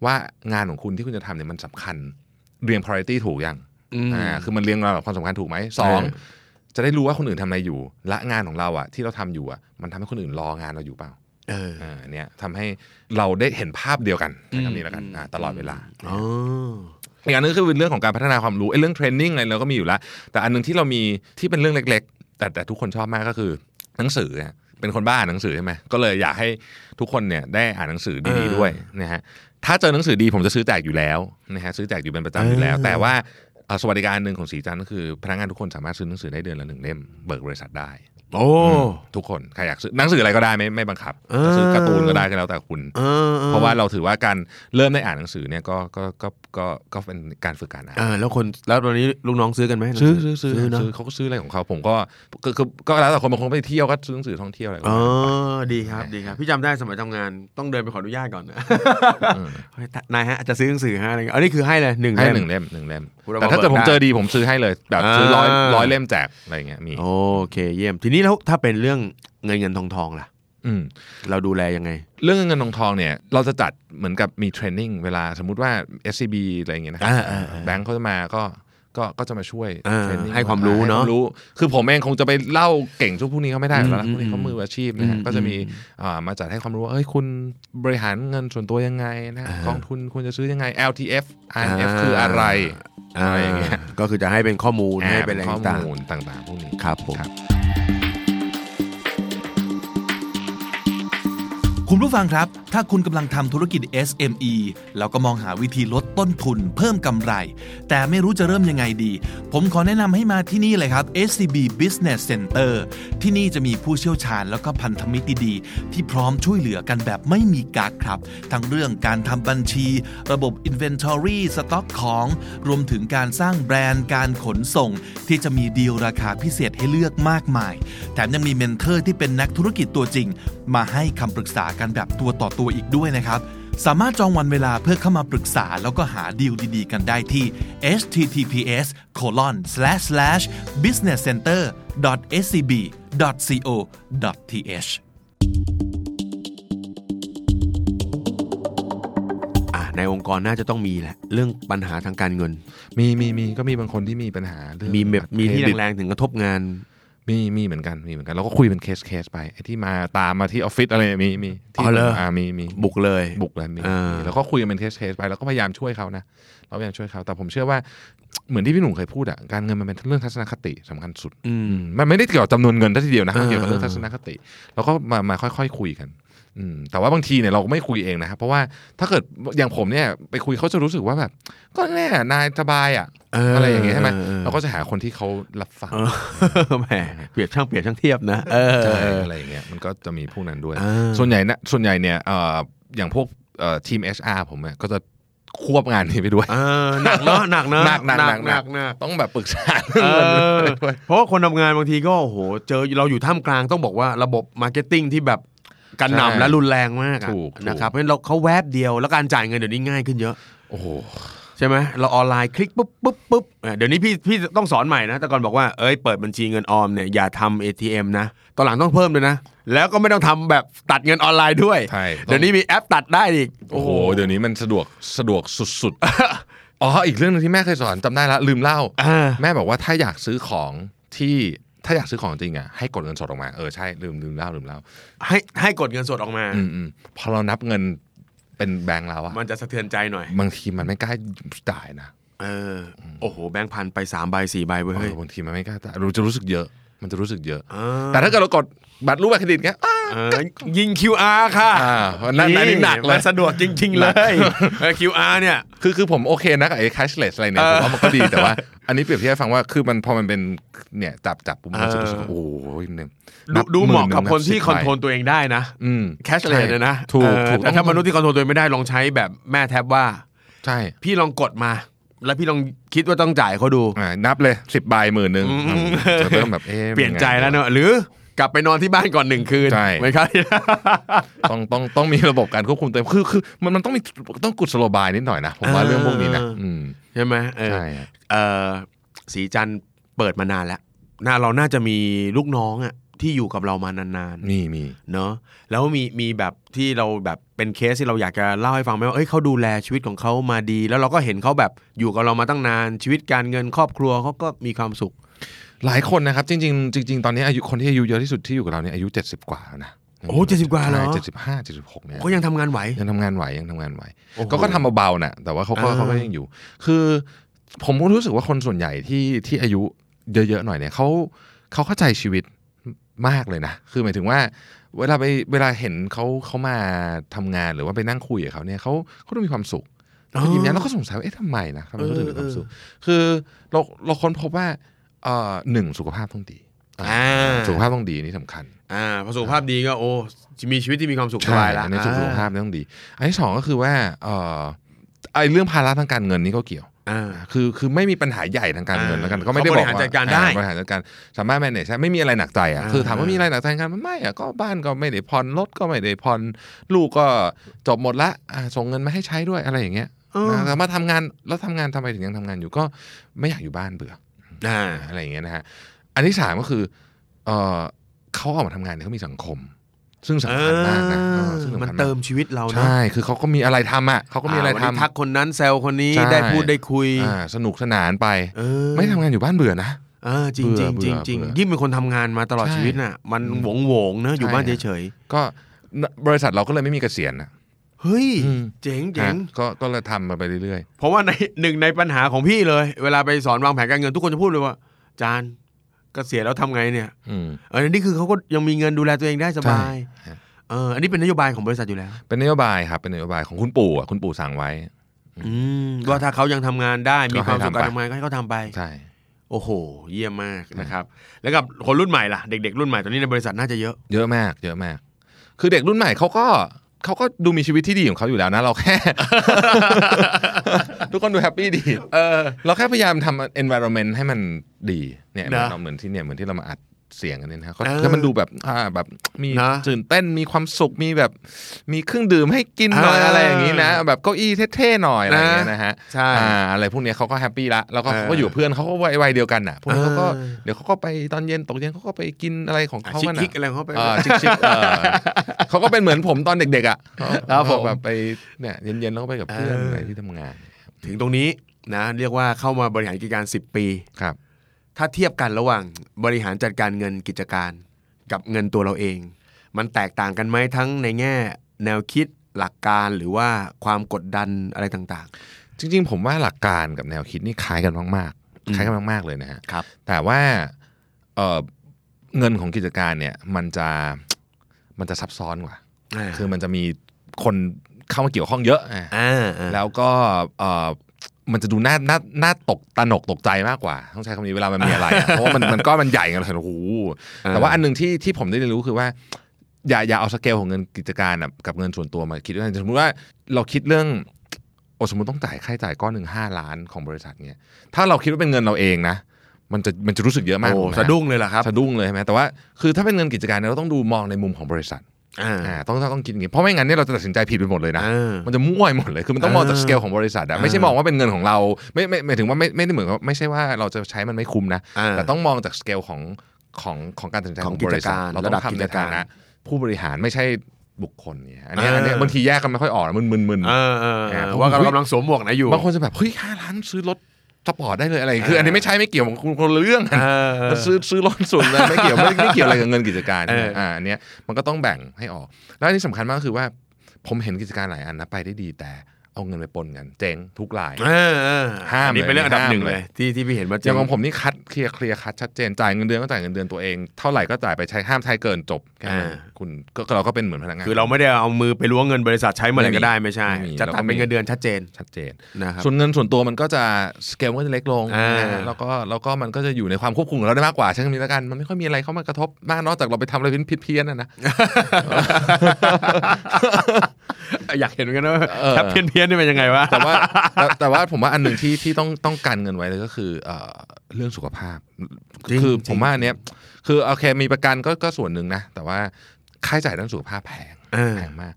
Speaker 2: ว่างานของคุณที่คุณจะทำเนี่ยมันสำคัญเรียง priority ถูกยัง
Speaker 1: ม
Speaker 2: อ่าคือมันเรียงลำดับความสำคัญถูกไหมสอง
Speaker 1: เออ
Speaker 2: จะได้รู้ว่าคนอื่นทำอะไรอยู่ และงานของเราอ่ะที่เราทำอยู่อ่ะมันทำให้คนอื่นรองานเราอยู่เปล่า
Speaker 1: เ เออ
Speaker 2: อ่าเนี่ยทำให้เราได้เห็นภาพเดียวกันใช้คำนี้แล้วกันอ่าตลอดเวลา
Speaker 1: อ๋อ
Speaker 2: อีกอันนึงคือเรื่องของการพัฒนาความรู้ไอ้เรื่องเทรนนิ่งอะไรเราก็มีอยู่แล้ว แต่อันนึงที่เรามีที่เป็นเรื่องเล็ก ๆ แต่แต่ทุกคนชอบมากก็คือหนังสือฮะเป็นคนบ้าอ่านหนังสือใช่ไหมก็เลยอยากให้ทุกคนเนี่ยได้อ่านหนังสือดี
Speaker 1: เออ
Speaker 2: ๆด้วยนะฮะถ้าเจอหนังสือดีผมจะซื้อแจกอยู่แล้วนะฮะซื้อแจกอยู่เป็นประจำอยู่แล้ว
Speaker 1: เออ
Speaker 2: แต่ว่าเอ่อสวัสดิการหนึ่งของสีจันทร์ก็คือพนักงานทุกคนสามารถซื้อหนังสือได้เดือนละหนึ่งเล่มเบิกบริษัทได้
Speaker 1: โอ้
Speaker 2: ทุกคนใครอยากซื้อหนังสืออะไรก็ได้ไม่ไม่บังคับ
Speaker 1: เออ
Speaker 2: จะซื้อการ์ตูนก็ได้ก็แล้วแต่คุณ
Speaker 1: ออออ
Speaker 2: เพราะว่าเราถือว่าการเริ่มได้อ่านหนังสือเนี่ยก็ก็ก็ก็ก็เป็นการฝึกการอ่าน
Speaker 1: เออแล้วคนแล้วตอนนี้ลูกน้องซื้อกันไหม
Speaker 2: ซื้อซื้อซื้อ
Speaker 1: ซื้อเนาะ
Speaker 2: ซื้อเขาก็ซื้ออะไรของเขาผมก็ก็คือก็แล้วแต่คนบางคนไปเที่ยวก็ซื้อหนังสือท่องเที่ยวอะไรก็
Speaker 1: อ๋อ
Speaker 2: ว่าไป
Speaker 1: ดีครับดีครับ พี่จำได้สมัยทำงานต้องเดินไปขออนุญาตก่อนนะเฮ้ยนายฮะจะซื้อหนังสือฮะอะไรเงี้ยอันนี้คือให้เลยหนึ่ง
Speaker 2: ให้
Speaker 1: เล่ม
Speaker 2: หนึ่งเล่มหนึ่งเล่ม
Speaker 1: คุณเอามา
Speaker 2: แต่ถ้าเกิด
Speaker 1: เปิด
Speaker 2: ผม
Speaker 1: ได้
Speaker 2: เจอดีผมซื้อให้เลยแบบ
Speaker 1: อ่า
Speaker 2: ซื้อร้อยร้อยเล่มแจกอะไรอย่างเงี้ยมี
Speaker 1: โอเคเยี่ยม ทีนี้แล้วถ้าเป็นเรื่องเงินเงินทองทองล่ะ
Speaker 2: อืม
Speaker 1: เราดูแลยังไง
Speaker 2: เรื่องเงินทองทองเนี่ยเราจะจัดเหมือนกับมีเทรนนิ่งเวลาสมมุติว่า SCB อะไรอย่างเงี้ยนะครั
Speaker 1: อ่าอ่าอ่า
Speaker 2: แบงค์เขาจะมาก็ก็ก็จะมาช่วย
Speaker 1: อ่า
Speaker 2: เทรนนิ่ง
Speaker 1: ให้ความรู้เนอะ
Speaker 2: ให้ความรู้คือผมเองคงจะไปเล่าเก่งช่วกพวกนี้เขาไม่ได้อยู่แล้วนะ
Speaker 1: อืม
Speaker 2: พวกนี้เขามืออาชีพนะฮะ
Speaker 1: อืม
Speaker 2: ก็จะมีอ่ามาจัดให้ความรู้ว่าเอ้ยคุณบริหารเงินส่วนตัวยังไงนะ
Speaker 1: อ่าก ก
Speaker 2: องทุนควรจะซื้อยังไง LTF RF คืออะไร อะไรอย่างเงี้ย
Speaker 1: ก็คือจะให้เป็นข้อมูลให้
Speaker 2: อ่า
Speaker 1: เป็นอะไร
Speaker 2: ข้อ
Speaker 1: ต่าง
Speaker 2: มูลต่างๆพวกนี้
Speaker 1: ๆครับผม
Speaker 2: ครับ
Speaker 3: คุณผู้ฟังครับ ถ้าคุณกำลังทำธุรกิจ SME แล้วก็มองหาวิธีลดต้นทุนเพิ่มกำไร แต่ไม่รู้จะเริ่มยังไงดี ผมขอแนะนำให้มาที่นี่เลยครับ SCB Business Center ที่นี่จะมีผู้เชี่ยวชาญแล้วก็พันธมิตรดีๆที่พร้อมช่วยเหลือกันแบบไม่มีกักครับ ทั้งเรื่องการทำบัญชี ระบบ Inventory สต็อกของ รวมถึงการสร้างแบรนด์การขนส่ง ที่จะมีดีลราคาพิเศษให้เลือกมากมาย แถมยังมีเมนเทอร์ที่เป็นนักธุรกิจตัวจริง มาให้คำปรึกษากันแบบตัวต่อตัวอีกด้วยนะครับ สามารถจองวันเวลาเพื่อเข้ามาปรึกษาแล้วก็หาดีลดีๆ กันได้ที่ https colon slash slash business center scb co th
Speaker 1: อ่ะในองค์กรน่าจะต้องมีแหละ เรื่องปัญหาทางการเงิน
Speaker 2: มีมีมีก็มีบางคนที่มีปัญหาเรื่อง
Speaker 1: มีแบบมีที่
Speaker 2: เครดิต
Speaker 1: แรงๆถึงกระทบงาน
Speaker 2: มีมีเหมือนกันมีเหมือนกันเราก็คุยเป็นเคสเคสไปไอ้ที่มาตามมาที่ออฟฟิศอะไรเนี่ยมีมีที่
Speaker 1: อ๋อเหรออ่
Speaker 2: มีมี
Speaker 1: บุกเลย
Speaker 2: บุกแล้วมี
Speaker 1: อ่ามี
Speaker 2: แล้วก็คุยกันเป็นเคสเคสไปแล้วก็พยายามช่วยเขานะเราพยายามช่วยเขาแต่ผมเชื่อว่าเหมือนที่พี่หนุ่มเคยพูดอ่ะการเงินมันเป็นเรื่องทัศนคติสำคัญสุด
Speaker 1: อืม
Speaker 2: มันไม่ได้เกี่ยวกับจำนวนเงินซะทีเดียวนะ
Speaker 1: อ่า
Speaker 2: เกี่ยวกับเรื่องทัศนคติ แล้วก็มามาค่อยๆคุยกันอืมแต่ว่าบางทีเนี่ยเราก็ไม่คุยเองนะครับเพราะว่าถ้าเกิดอย่างผมเนี่ยไปคุยเขาจะรู้สึกว่าแบบ ก็แน่นายสบายอ่ะ
Speaker 1: เ
Speaker 2: อะไรอย่างเงี้ยใช่ไหม
Speaker 1: ออ
Speaker 2: เราก็จะหาคนที่เขารับฟัง
Speaker 1: เออแหมเปรียบช่างเปรียบช่างเทียบนะเออ
Speaker 2: ใช่อะไรอย่างเงี้ยมันก็จะมีพวกนั้นด้วย
Speaker 1: อ่า
Speaker 2: ส่วนใหญ่นะส่วนใหญ่เนี่ยเอ่ออย่างพวกเอ่อทีม HR ผมเนี่ยก็จะควบงานนี้ไปด้วย
Speaker 1: เออหนักเนาะหนักเนาะ
Speaker 2: หนักหนักหนัก
Speaker 1: ห
Speaker 2: หนั
Speaker 1: นัก
Speaker 2: ก
Speaker 1: หนัก
Speaker 2: ต้องแบบปรึกษาเรื่องเงินไปด้วย
Speaker 1: เพราะว่าคนทำงานบางทีก็โอ้โหเจอเราอยู่ท่ามกลางต้องบอกว่าระบบมาร์เก็ตติ้งที่แบบกัน
Speaker 2: ใช่
Speaker 1: นำและรุนแรงมากอะ
Speaker 2: ถูกถูก
Speaker 1: นะครับเพราะฉะนั้นเราเขาแวบเดียวแล้วการจ่ายเงินเดี๋ยวนี้ง่ายขึ้นเยอะ
Speaker 2: โอ้โห
Speaker 1: ใช่ไหมเราออนไลน์คลิกปุ๊บปุ๊บปุ๊บเออเดี๋ยวนี้พี่พี่ต้องสอนใหม่นะ แต่ก่อนบอกว่าเอ้ยเปิดบัญชีเงินออมเนี่ยอย่าทำ ATM นะตอนหลังต้องเพิ่มเลยนะ แล้วก็ไม่ต้องทำแบบตัดเงินออนไลน์ด้วย
Speaker 2: ใช่ต้อง
Speaker 1: เดี๋ยวนี้มีแอปตัดได้อีก
Speaker 2: โอ้โห เดี๋ยวนี้มันสะดวกสะดวกสุดๆ อ๋ออีกเรื่องหนึงที่แม่เคยสอนจำได้ละลืมเล่า
Speaker 1: อ่า
Speaker 2: แม่บอกว่าถ้าอยากซื้อของที่ถ้าอยากซื้อของจริงอ่ะให้กดเงินสดออกมาเออใช่ลืมลืมเล่าลืมเล่า
Speaker 1: ให้ให้กดเงินสดออกมา
Speaker 2: อืมอืมพอเรานับเงินเป็นแบงค์แล้วอะ
Speaker 1: มันจะสะเทือนใจหน่อย
Speaker 2: บางทีมันไม่กล้าจ่ายนะ
Speaker 1: เออโอ้โหแบงค์พันไปสามใบสี่ใบเว้ย
Speaker 2: เอ
Speaker 1: เฮ้ย
Speaker 2: อบางทีมันไม่กล้าจ่ายรู้จะรู้สึกเยอะ มันจะรู้สึกเยอะ
Speaker 1: อ่า
Speaker 2: แต่ถ้าเกิดเรากดบัตรรูปบัตรเครดิตเงี้ยอ้า
Speaker 1: เออยิง QR ค่ะ
Speaker 2: อ่านั่นอันนี้หนักเลย
Speaker 1: มัสะดวกจริง ๆ
Speaker 2: ห
Speaker 1: เล
Speaker 2: นัก
Speaker 1: ยเออ QR เนี่ย
Speaker 2: คือคือผมโอเคนะกับไอ้ cashless อะไรเนี่ยผมว่ามันก็ดีแต่ว่า อันนี้เปรียบเทียบให้ฟังว่าคือมันพอมันเป็นเนี่ยจับจับปุ๊บมันจะรู้สึก
Speaker 1: เออ
Speaker 2: โอ้ยเนี่ย
Speaker 1: ดู
Speaker 2: นับ
Speaker 1: ดูเหมาะกับ
Speaker 2: ห
Speaker 1: ค
Speaker 2: ง
Speaker 1: นที่
Speaker 2: บ
Speaker 1: คอนโทรล
Speaker 2: ใบ
Speaker 1: ตัวเองได้นะ
Speaker 2: อืม
Speaker 1: cashless เนี่ยนะ
Speaker 2: ถูก
Speaker 1: เออ
Speaker 2: ถูก
Speaker 1: แต่ถ้ามนุษย์ที่คอนโทรลตัวเองไม่ได้ลองใช้แบบแม่แท็บว่า
Speaker 2: ใช่
Speaker 1: พี่ลองกดมา แล้วพี่ลองคิดว่าต้องจ่ายเขาดู
Speaker 2: อ่านับเลยสิบใบหมื่นหนึ่ง
Speaker 1: อืม
Speaker 2: จะเริ่มแบบเอ๊ะ
Speaker 1: เปลี่ยนใจแล้วเน
Speaker 2: มัไง
Speaker 1: อะหรือกลับไปนอนที่บ้านก่อนหนึ่งคืน
Speaker 2: ใช่
Speaker 1: ไหมครับ
Speaker 2: ต้องต้องต้องมีระบบการควบคุมตัวเองคือคือมันมันต้องมีต้องกุศโลบายนิดหน่อยนะผมว่า
Speaker 1: เออ
Speaker 2: เรื่องพวกนี้นะอืม
Speaker 1: ใช่ไหมเออ
Speaker 2: ใช่ฮะ
Speaker 1: เออสีจันทร์เปิดมานานแล้วน่าเราน่าจะมีลูกน้องอ่ะที่อยู่กับเรามานานๆ
Speaker 2: มีมี
Speaker 1: เนอะแล้วมีมีแบบที่เราแบบเป็นเคสที่เราอยากจะเล่าให้ฟังไหมว่าเอ้ยเขาดูแลชีวิตของเขามาดี แล้วเราก็เห็นเขาแบบอยู่กับเรามาตั้งนานชีวิตการเงินครอบครัวเขาก็มีความสุข
Speaker 2: หลายคนนะครับจริงๆจริงๆตอนนี้อายุคนที่อายุเยอะที่สุดที่อยู่กับเราเนี่ยอายุ 70 กว่าแล้วนะ
Speaker 1: โอ้70กว่าเหรอ
Speaker 2: เจ็ดสิบห้าเจ็ดสิบหกเนี่ย
Speaker 1: ก็ยังทำงานไหว
Speaker 2: ยังทำงานไหวยังทำงานไหว
Speaker 1: โอ้โห
Speaker 2: ก็ก็ทำเบาๆน่ะ แต่ว่าเขาก็
Speaker 1: อ่า
Speaker 2: เขาก็ยังอยู่ คือผมก็รู้สึกว่าคนส่วนใหญ่ที่ที่อายุเยอะๆหน่อยเนี่ยเขาเขาเข้าใจชีวิตมากเลยนะ คือหมายถึงว่า เวลาไปเวลาเห็นเขาเขามาทำงานหรือว่าไปนั่งคุยกับเขาเนี่ยเขาเขาดูมีความสุข
Speaker 1: อ๋อ
Speaker 2: ยิ้มแย้มแล้วก็สงสัยว่าเอ๊ะทำไมนะทำไมเขาถึงมีความสุข คือเราเราค้นพบว่าเอ่อหนึ่งสุขภาพต้องดี
Speaker 1: อ่า
Speaker 2: สุขภาพต้องดีนี่สำคัญ
Speaker 1: อ่าพอสุขภาพดีก็โอ้มีชีวิตที่มีความสุขส
Speaker 2: ใช่
Speaker 1: บายละ
Speaker 2: อันนี้สุขภาพต้องดี อันที่สองก็คือว่าเอ่อไอ้เรื่องภาระทางการเงินนี่ก็เกี่ยว
Speaker 1: อ่า
Speaker 2: คือคือไม่มีปัญหาใหญ่ทางการเงิน
Speaker 1: อ่า
Speaker 2: แล้วกัน ก็ไม่ได้บ
Speaker 1: เขาบ
Speaker 2: อก
Speaker 1: ริหาร
Speaker 2: ว่
Speaker 1: จัดการได้
Speaker 2: อ่บริหารจัดการสามารถ manage ได้ไม่มีอะไรหนักใจอ่ะ
Speaker 1: อ่า
Speaker 2: คือถามว่ามีอะไรหนักใจกันไม่อ่ะก็บ้านก็ไม่ได้ผ่อนรถก็ไม่ได้ผ่อนลูกก็จบหมดละอ่าส่งเงินมาให้ใช้ด้วยอะไรอย่างเงี้ย
Speaker 1: เออ
Speaker 2: นะแต่มาทำงานแล้วทำงานทำไมถึงยังทำงานอยู่ก็ไม่อยากอยู่บ้านเบื่อ
Speaker 1: อ่า
Speaker 2: อะไรอย่างเงี้ยนะฮะ อันที่สามก็คือเออเขาออกมาทำงานเนี่ยเขามีสังคม ซึ่งสำคัญมากนะเออซึ่งสำคั
Speaker 1: มั
Speaker 2: ญาก
Speaker 1: นเติมชีวิตเรานะ
Speaker 2: ใช่ คือเขาก็มีอะไรทำอ่ะเขาก็มีอะไร
Speaker 1: วัน
Speaker 2: ทำ
Speaker 1: นี้ทักคนนั้นแซวคนนี้
Speaker 2: ใช่
Speaker 1: ได้พูดได้คุย
Speaker 2: อ่าสนุกสนานไป
Speaker 1: เออ
Speaker 2: ไม่ทำงานอยู่บ้านเบื่อนะ
Speaker 1: เออจริงจริง
Speaker 2: เบื่
Speaker 1: จริง
Speaker 2: อ
Speaker 1: จริง
Speaker 2: เบื่อ
Speaker 1: ยิ่งเป็นคนทำงานมาตลอด
Speaker 2: ใช่
Speaker 1: ชีวิตน่ะ มันหวงโหวงๆเนอะอยู่
Speaker 2: ใช่
Speaker 1: บ้านเฉย
Speaker 2: ก็บริษัทเราก็เลยไม่มีเกษียณนะ
Speaker 1: ๆเฮ้ย
Speaker 2: อืม
Speaker 1: เจ๋งเจ๋ง
Speaker 2: นะก็ก็เลยทำมาไปเรื่อย
Speaker 1: เพราะว่าใน หนึ่งในปัญหาของพี่เลย เวลาไปสอนวางแผนการเงินทุกคนจะพูดเลยว่า จานเกษียณแล้วทำไงเนี่ย
Speaker 2: ๆอืม
Speaker 1: เออนี่คือเขาก็ยังมีเงินดูแลตัวเองได้สบาย
Speaker 2: ใช่ฮะ
Speaker 1: เอออันนี้เป็นนโยบายของบริษัทอยู่แล้ว
Speaker 2: เป็นนโยบายครับ เป็นนโยบายของคุณปู่อ่ะคุณปู่สั่งไว้
Speaker 1: อืมว่าถ้าเขายังทำงานได้มีความสุข
Speaker 2: ก็
Speaker 1: การทำ
Speaker 2: ให้ทำ
Speaker 1: งา
Speaker 2: ไป
Speaker 1: นก็ให้เขาทำไป
Speaker 2: ใช่
Speaker 1: โอ้โห เยี่ยมมากนะครับ แล้วกับคนรุ่นใหม่ล่ะ เด็กๆ รุ่นใหม่ตอนนี้ในบริษัทน่าจะเยอะ
Speaker 2: เยอะมาก เยอะมาก คือเด็กรุ่นใหม่เขาก็เขาก็ดูมีชีวิตที่ดีของเขาอยู่แล้วนะเราแค่ ทุกคนดูแฮปปี้ดี
Speaker 1: เออ
Speaker 2: เราแค่พยายามทำ environment ให้มันดีเนี่ย
Speaker 1: นะ
Speaker 2: เราเหมือนที่เนี่ยเหมือนที่เรามาอัดเสียงกันเนี่ยนะเขา
Speaker 1: เออ
Speaker 2: ให้มันดูแบบอ่าแบบมี
Speaker 1: นะ
Speaker 2: ตื่นเต้นมีความสุขมีแบบ มีเครื่องดื่มให้กินหน่อย
Speaker 1: เอออ
Speaker 2: อะไรอย่างนี้นะ แบบเก้าอี้เท่ๆหน่อยอะไรอย่างเงี้ยนะฮะ
Speaker 1: ใช่
Speaker 2: อ่าอะไรพวกเนี้ยเขาก็แฮปปี้ละแล้วก็
Speaker 1: เออ
Speaker 2: เขาก็อยู่กับเพื่อนเขาก็วัยวัยเดียวกันอ่ะพวกนี้เขาก็
Speaker 1: เออ
Speaker 2: เดี๋ยวเขาก็ไปตอนเย็นตกเย็นเขาก็ไปกินอะไรของเขา
Speaker 1: ชิค
Speaker 2: กัน
Speaker 1: คิก
Speaker 2: อ่ะ
Speaker 1: อะไรของเขาไป
Speaker 2: เออชิคๆเออเขาก็เป็นเหมือนผมตอนเด็กๆอ่ะ
Speaker 1: ครับผม
Speaker 2: แบบไปเนี่ยเย็นๆแล้วก็ไปกับเพื่อนอะไรที่ทำงาน
Speaker 1: ถึงตรงนี้นะ เรียกว่าเข้ามาบริหารกิจการ 10 ปี
Speaker 2: ครับ
Speaker 1: ถ้าเทียบกันระหว่างบริหารจัดการเงินกิจการกับเงินตัวเราเอง มันแตกต่างกันไหมทั้งในแง่ แนวคิดหลักการหรือว่าความกดดันอะไรต่าง
Speaker 2: จริงๆ ผมว่าหลักการกับแนวคิดนี่คล้ายกันมากๆคล้ายกันมากๆเลยนะฮะ
Speaker 1: ๆ ครับ
Speaker 2: แต่ว่าเอ่อเงินของกิจการเนี่ยมันจะมันจะซับซ้อนกว่า คือมันจะมีคนเข้ามาเกี่ยวข้องเยอะอ่ะ
Speaker 1: อ่า
Speaker 2: แล้วก็เอ่อมันจะดูน่าน่าน่าตกตระหนกตกใจมากกว่าต้องใช้คำนี้เวลามันมีอะไร อ่ะเพราะว่ามันมันก็มันใหญ่กันเลยโอ้โห แต่ว่าอันหนึ่งที่ที่ผมได้เรียนรู้คือว่า อย่าอย่าเอาสเกลของเงินกิจการอะกับเงินส่วนตัวมาคิดด้วยกันสมมติว่าเราคิดเรื่องโอสมมติต้องจ่ายค่าใช้จ่ายก้อนหนึ่งห้าล้านของบริษัทเนี่ยถ้าเราคิดว่าเป็นเงินเราเองนะ มันจะมันจะรู้สึกเยอะมาก
Speaker 1: โอ้
Speaker 2: ถูกไหม
Speaker 1: สะดุ้งเลยล่ะครับ
Speaker 2: สะดุ้งเลยใช่ไหมแต่ว่าคือถ้าเป็นเงินกิจการเนี่ยเราต้องดูมองในมุมของบริษัท
Speaker 1: อ่า
Speaker 2: อ่าต้องต้องต้องคิดอย่างนี้เพราะไม่งั้นเนี่ยเราจะตัดสินใจผิดไปหมดเลยนะ
Speaker 1: อ่า
Speaker 2: มันจะมั่วไปหมดเลย คือมันต้องมองจาก
Speaker 1: เออ
Speaker 2: สเกลของบริษัทอะไม่ใช่มองว่าเป็นเงินของเรา ไม่ไม่หมายถึงว่าไม่ไม่ได้เหมือนว่าไม่ใช่ว่าเราจะใช้มันไม่คุ้มนะ
Speaker 1: อ่า
Speaker 2: แต่ต้องมองจากสเกลของของของการตัดสินใจ
Speaker 1: ข
Speaker 2: ข
Speaker 1: อ
Speaker 2: องง
Speaker 1: กิ
Speaker 2: บ
Speaker 1: จ
Speaker 2: ริษั
Speaker 1: กา
Speaker 2: ท
Speaker 1: ร
Speaker 2: เรา
Speaker 1: ระ
Speaker 2: ต้
Speaker 1: ดั
Speaker 2: อบ ง
Speaker 1: กิ
Speaker 2: ทำ
Speaker 1: จ
Speaker 2: ใน
Speaker 1: การ
Speaker 2: ฐานะผู้บริหารไม่ใช่บุคคลเนี่ยอันเนี้ย
Speaker 1: เอออั
Speaker 2: อันเนี้ยบางทีแยกกันไม่ค่อยออกนะมึนมึนมึน
Speaker 1: เออเออเออ
Speaker 2: ผม
Speaker 1: ว่าเรากำลังสวมหมวกไหนอยู่
Speaker 2: บางคนจะแบบเฮ้ยห้าล้านซื้อรถสปอร์ตได้เลยอะไรอย่างเงี้ยคืออันนี้ไม่ใช่ไม่เกี่ยวคุณคนละเรื่องกั
Speaker 1: เอน อเออ
Speaker 2: ซื้อซื้อรถส่วนอะไรไม่เกี่ยวไม่ไม่เกี่ยวอะไรกับเงินกิจการ
Speaker 1: เออ
Speaker 2: ใช่ไหมอ่าอันเนี้ยมันก็ต้องแบ่งให้ออก แล้วอันที่สำคัญมากก็คือว่า ผมเห็นกิจการหลายอันนะไปได้ดีแต่เอาเงินไปปนกัน เจ๊งทุกราย
Speaker 1: เออเออ
Speaker 2: ห้าม
Speaker 1: อันนี่
Speaker 2: เลย
Speaker 1: เป็นเรื่องอันดับ
Speaker 2: ห้าม
Speaker 1: หนึ่ง
Speaker 2: เล
Speaker 1: เลย ย ที่ที่พี่เห็นว่า
Speaker 2: อ
Speaker 1: เจริ
Speaker 2: ย่าง
Speaker 1: ง
Speaker 2: ของผมนี่คัดเคลียร์เคลียร์คัดชัดเจนจ่ายเงินเดือนก็จ่ายเงินเดือนตัวเองเท่าไหร่ก็จ่ายไปใช้ห้ามใช้เกินจบแค่นั้นคุณก็ก็เราก็เป็นเหมือนพนักงาน
Speaker 1: คือเราไม่ได้เอามือไปล้วงเงินบริษัทใช้เมื่อไหร่ก็ได้
Speaker 2: ไม่มี
Speaker 1: ไม่ใช่
Speaker 2: ไม่มี
Speaker 1: จะ
Speaker 2: แล้ว
Speaker 1: ตั
Speaker 2: ก็
Speaker 1: ด
Speaker 2: มี
Speaker 1: เป็นเงินเดือนชัดเจน
Speaker 2: ชัดเจน
Speaker 1: นะครับ
Speaker 2: ส่วนเงินส่วนตัวมันก็จะสเกลมันก็จะเล็กลง
Speaker 1: อ่า
Speaker 2: นะฮะแล้วก็แล้วก็มันก็จะอยู่ในความควบคุมของเราได้มากกว่าใช่ไหมละกัน มันไม่ค่อยมีอะไรเข้ามากระทบมากนอกจากเราไปทำอะไรผิดเพี้ยนๆนะนะ
Speaker 1: อยากเห็นเหมือนกันนะว่า
Speaker 2: เออ
Speaker 1: แคปเพี้ยนเพี้ยนๆนี่เป็นยังไงวะ
Speaker 2: แต่ว่าแต่แต่ว่าผมว่าอันหนึ่งที่ที่ต้องต้องการเงินไว้เลยก็คือเอ่อเรื่องสุขภาพ
Speaker 1: จริง
Speaker 2: คือ
Speaker 1: จริง
Speaker 2: ผมว่าอันเนี้ยคือโอเคมีประกันก็ก็ส่วนหนึ่งนะ แต่ว่าค่าใช้จ่ายด้านสุขภาพแพง
Speaker 1: เออ
Speaker 2: แพงมาก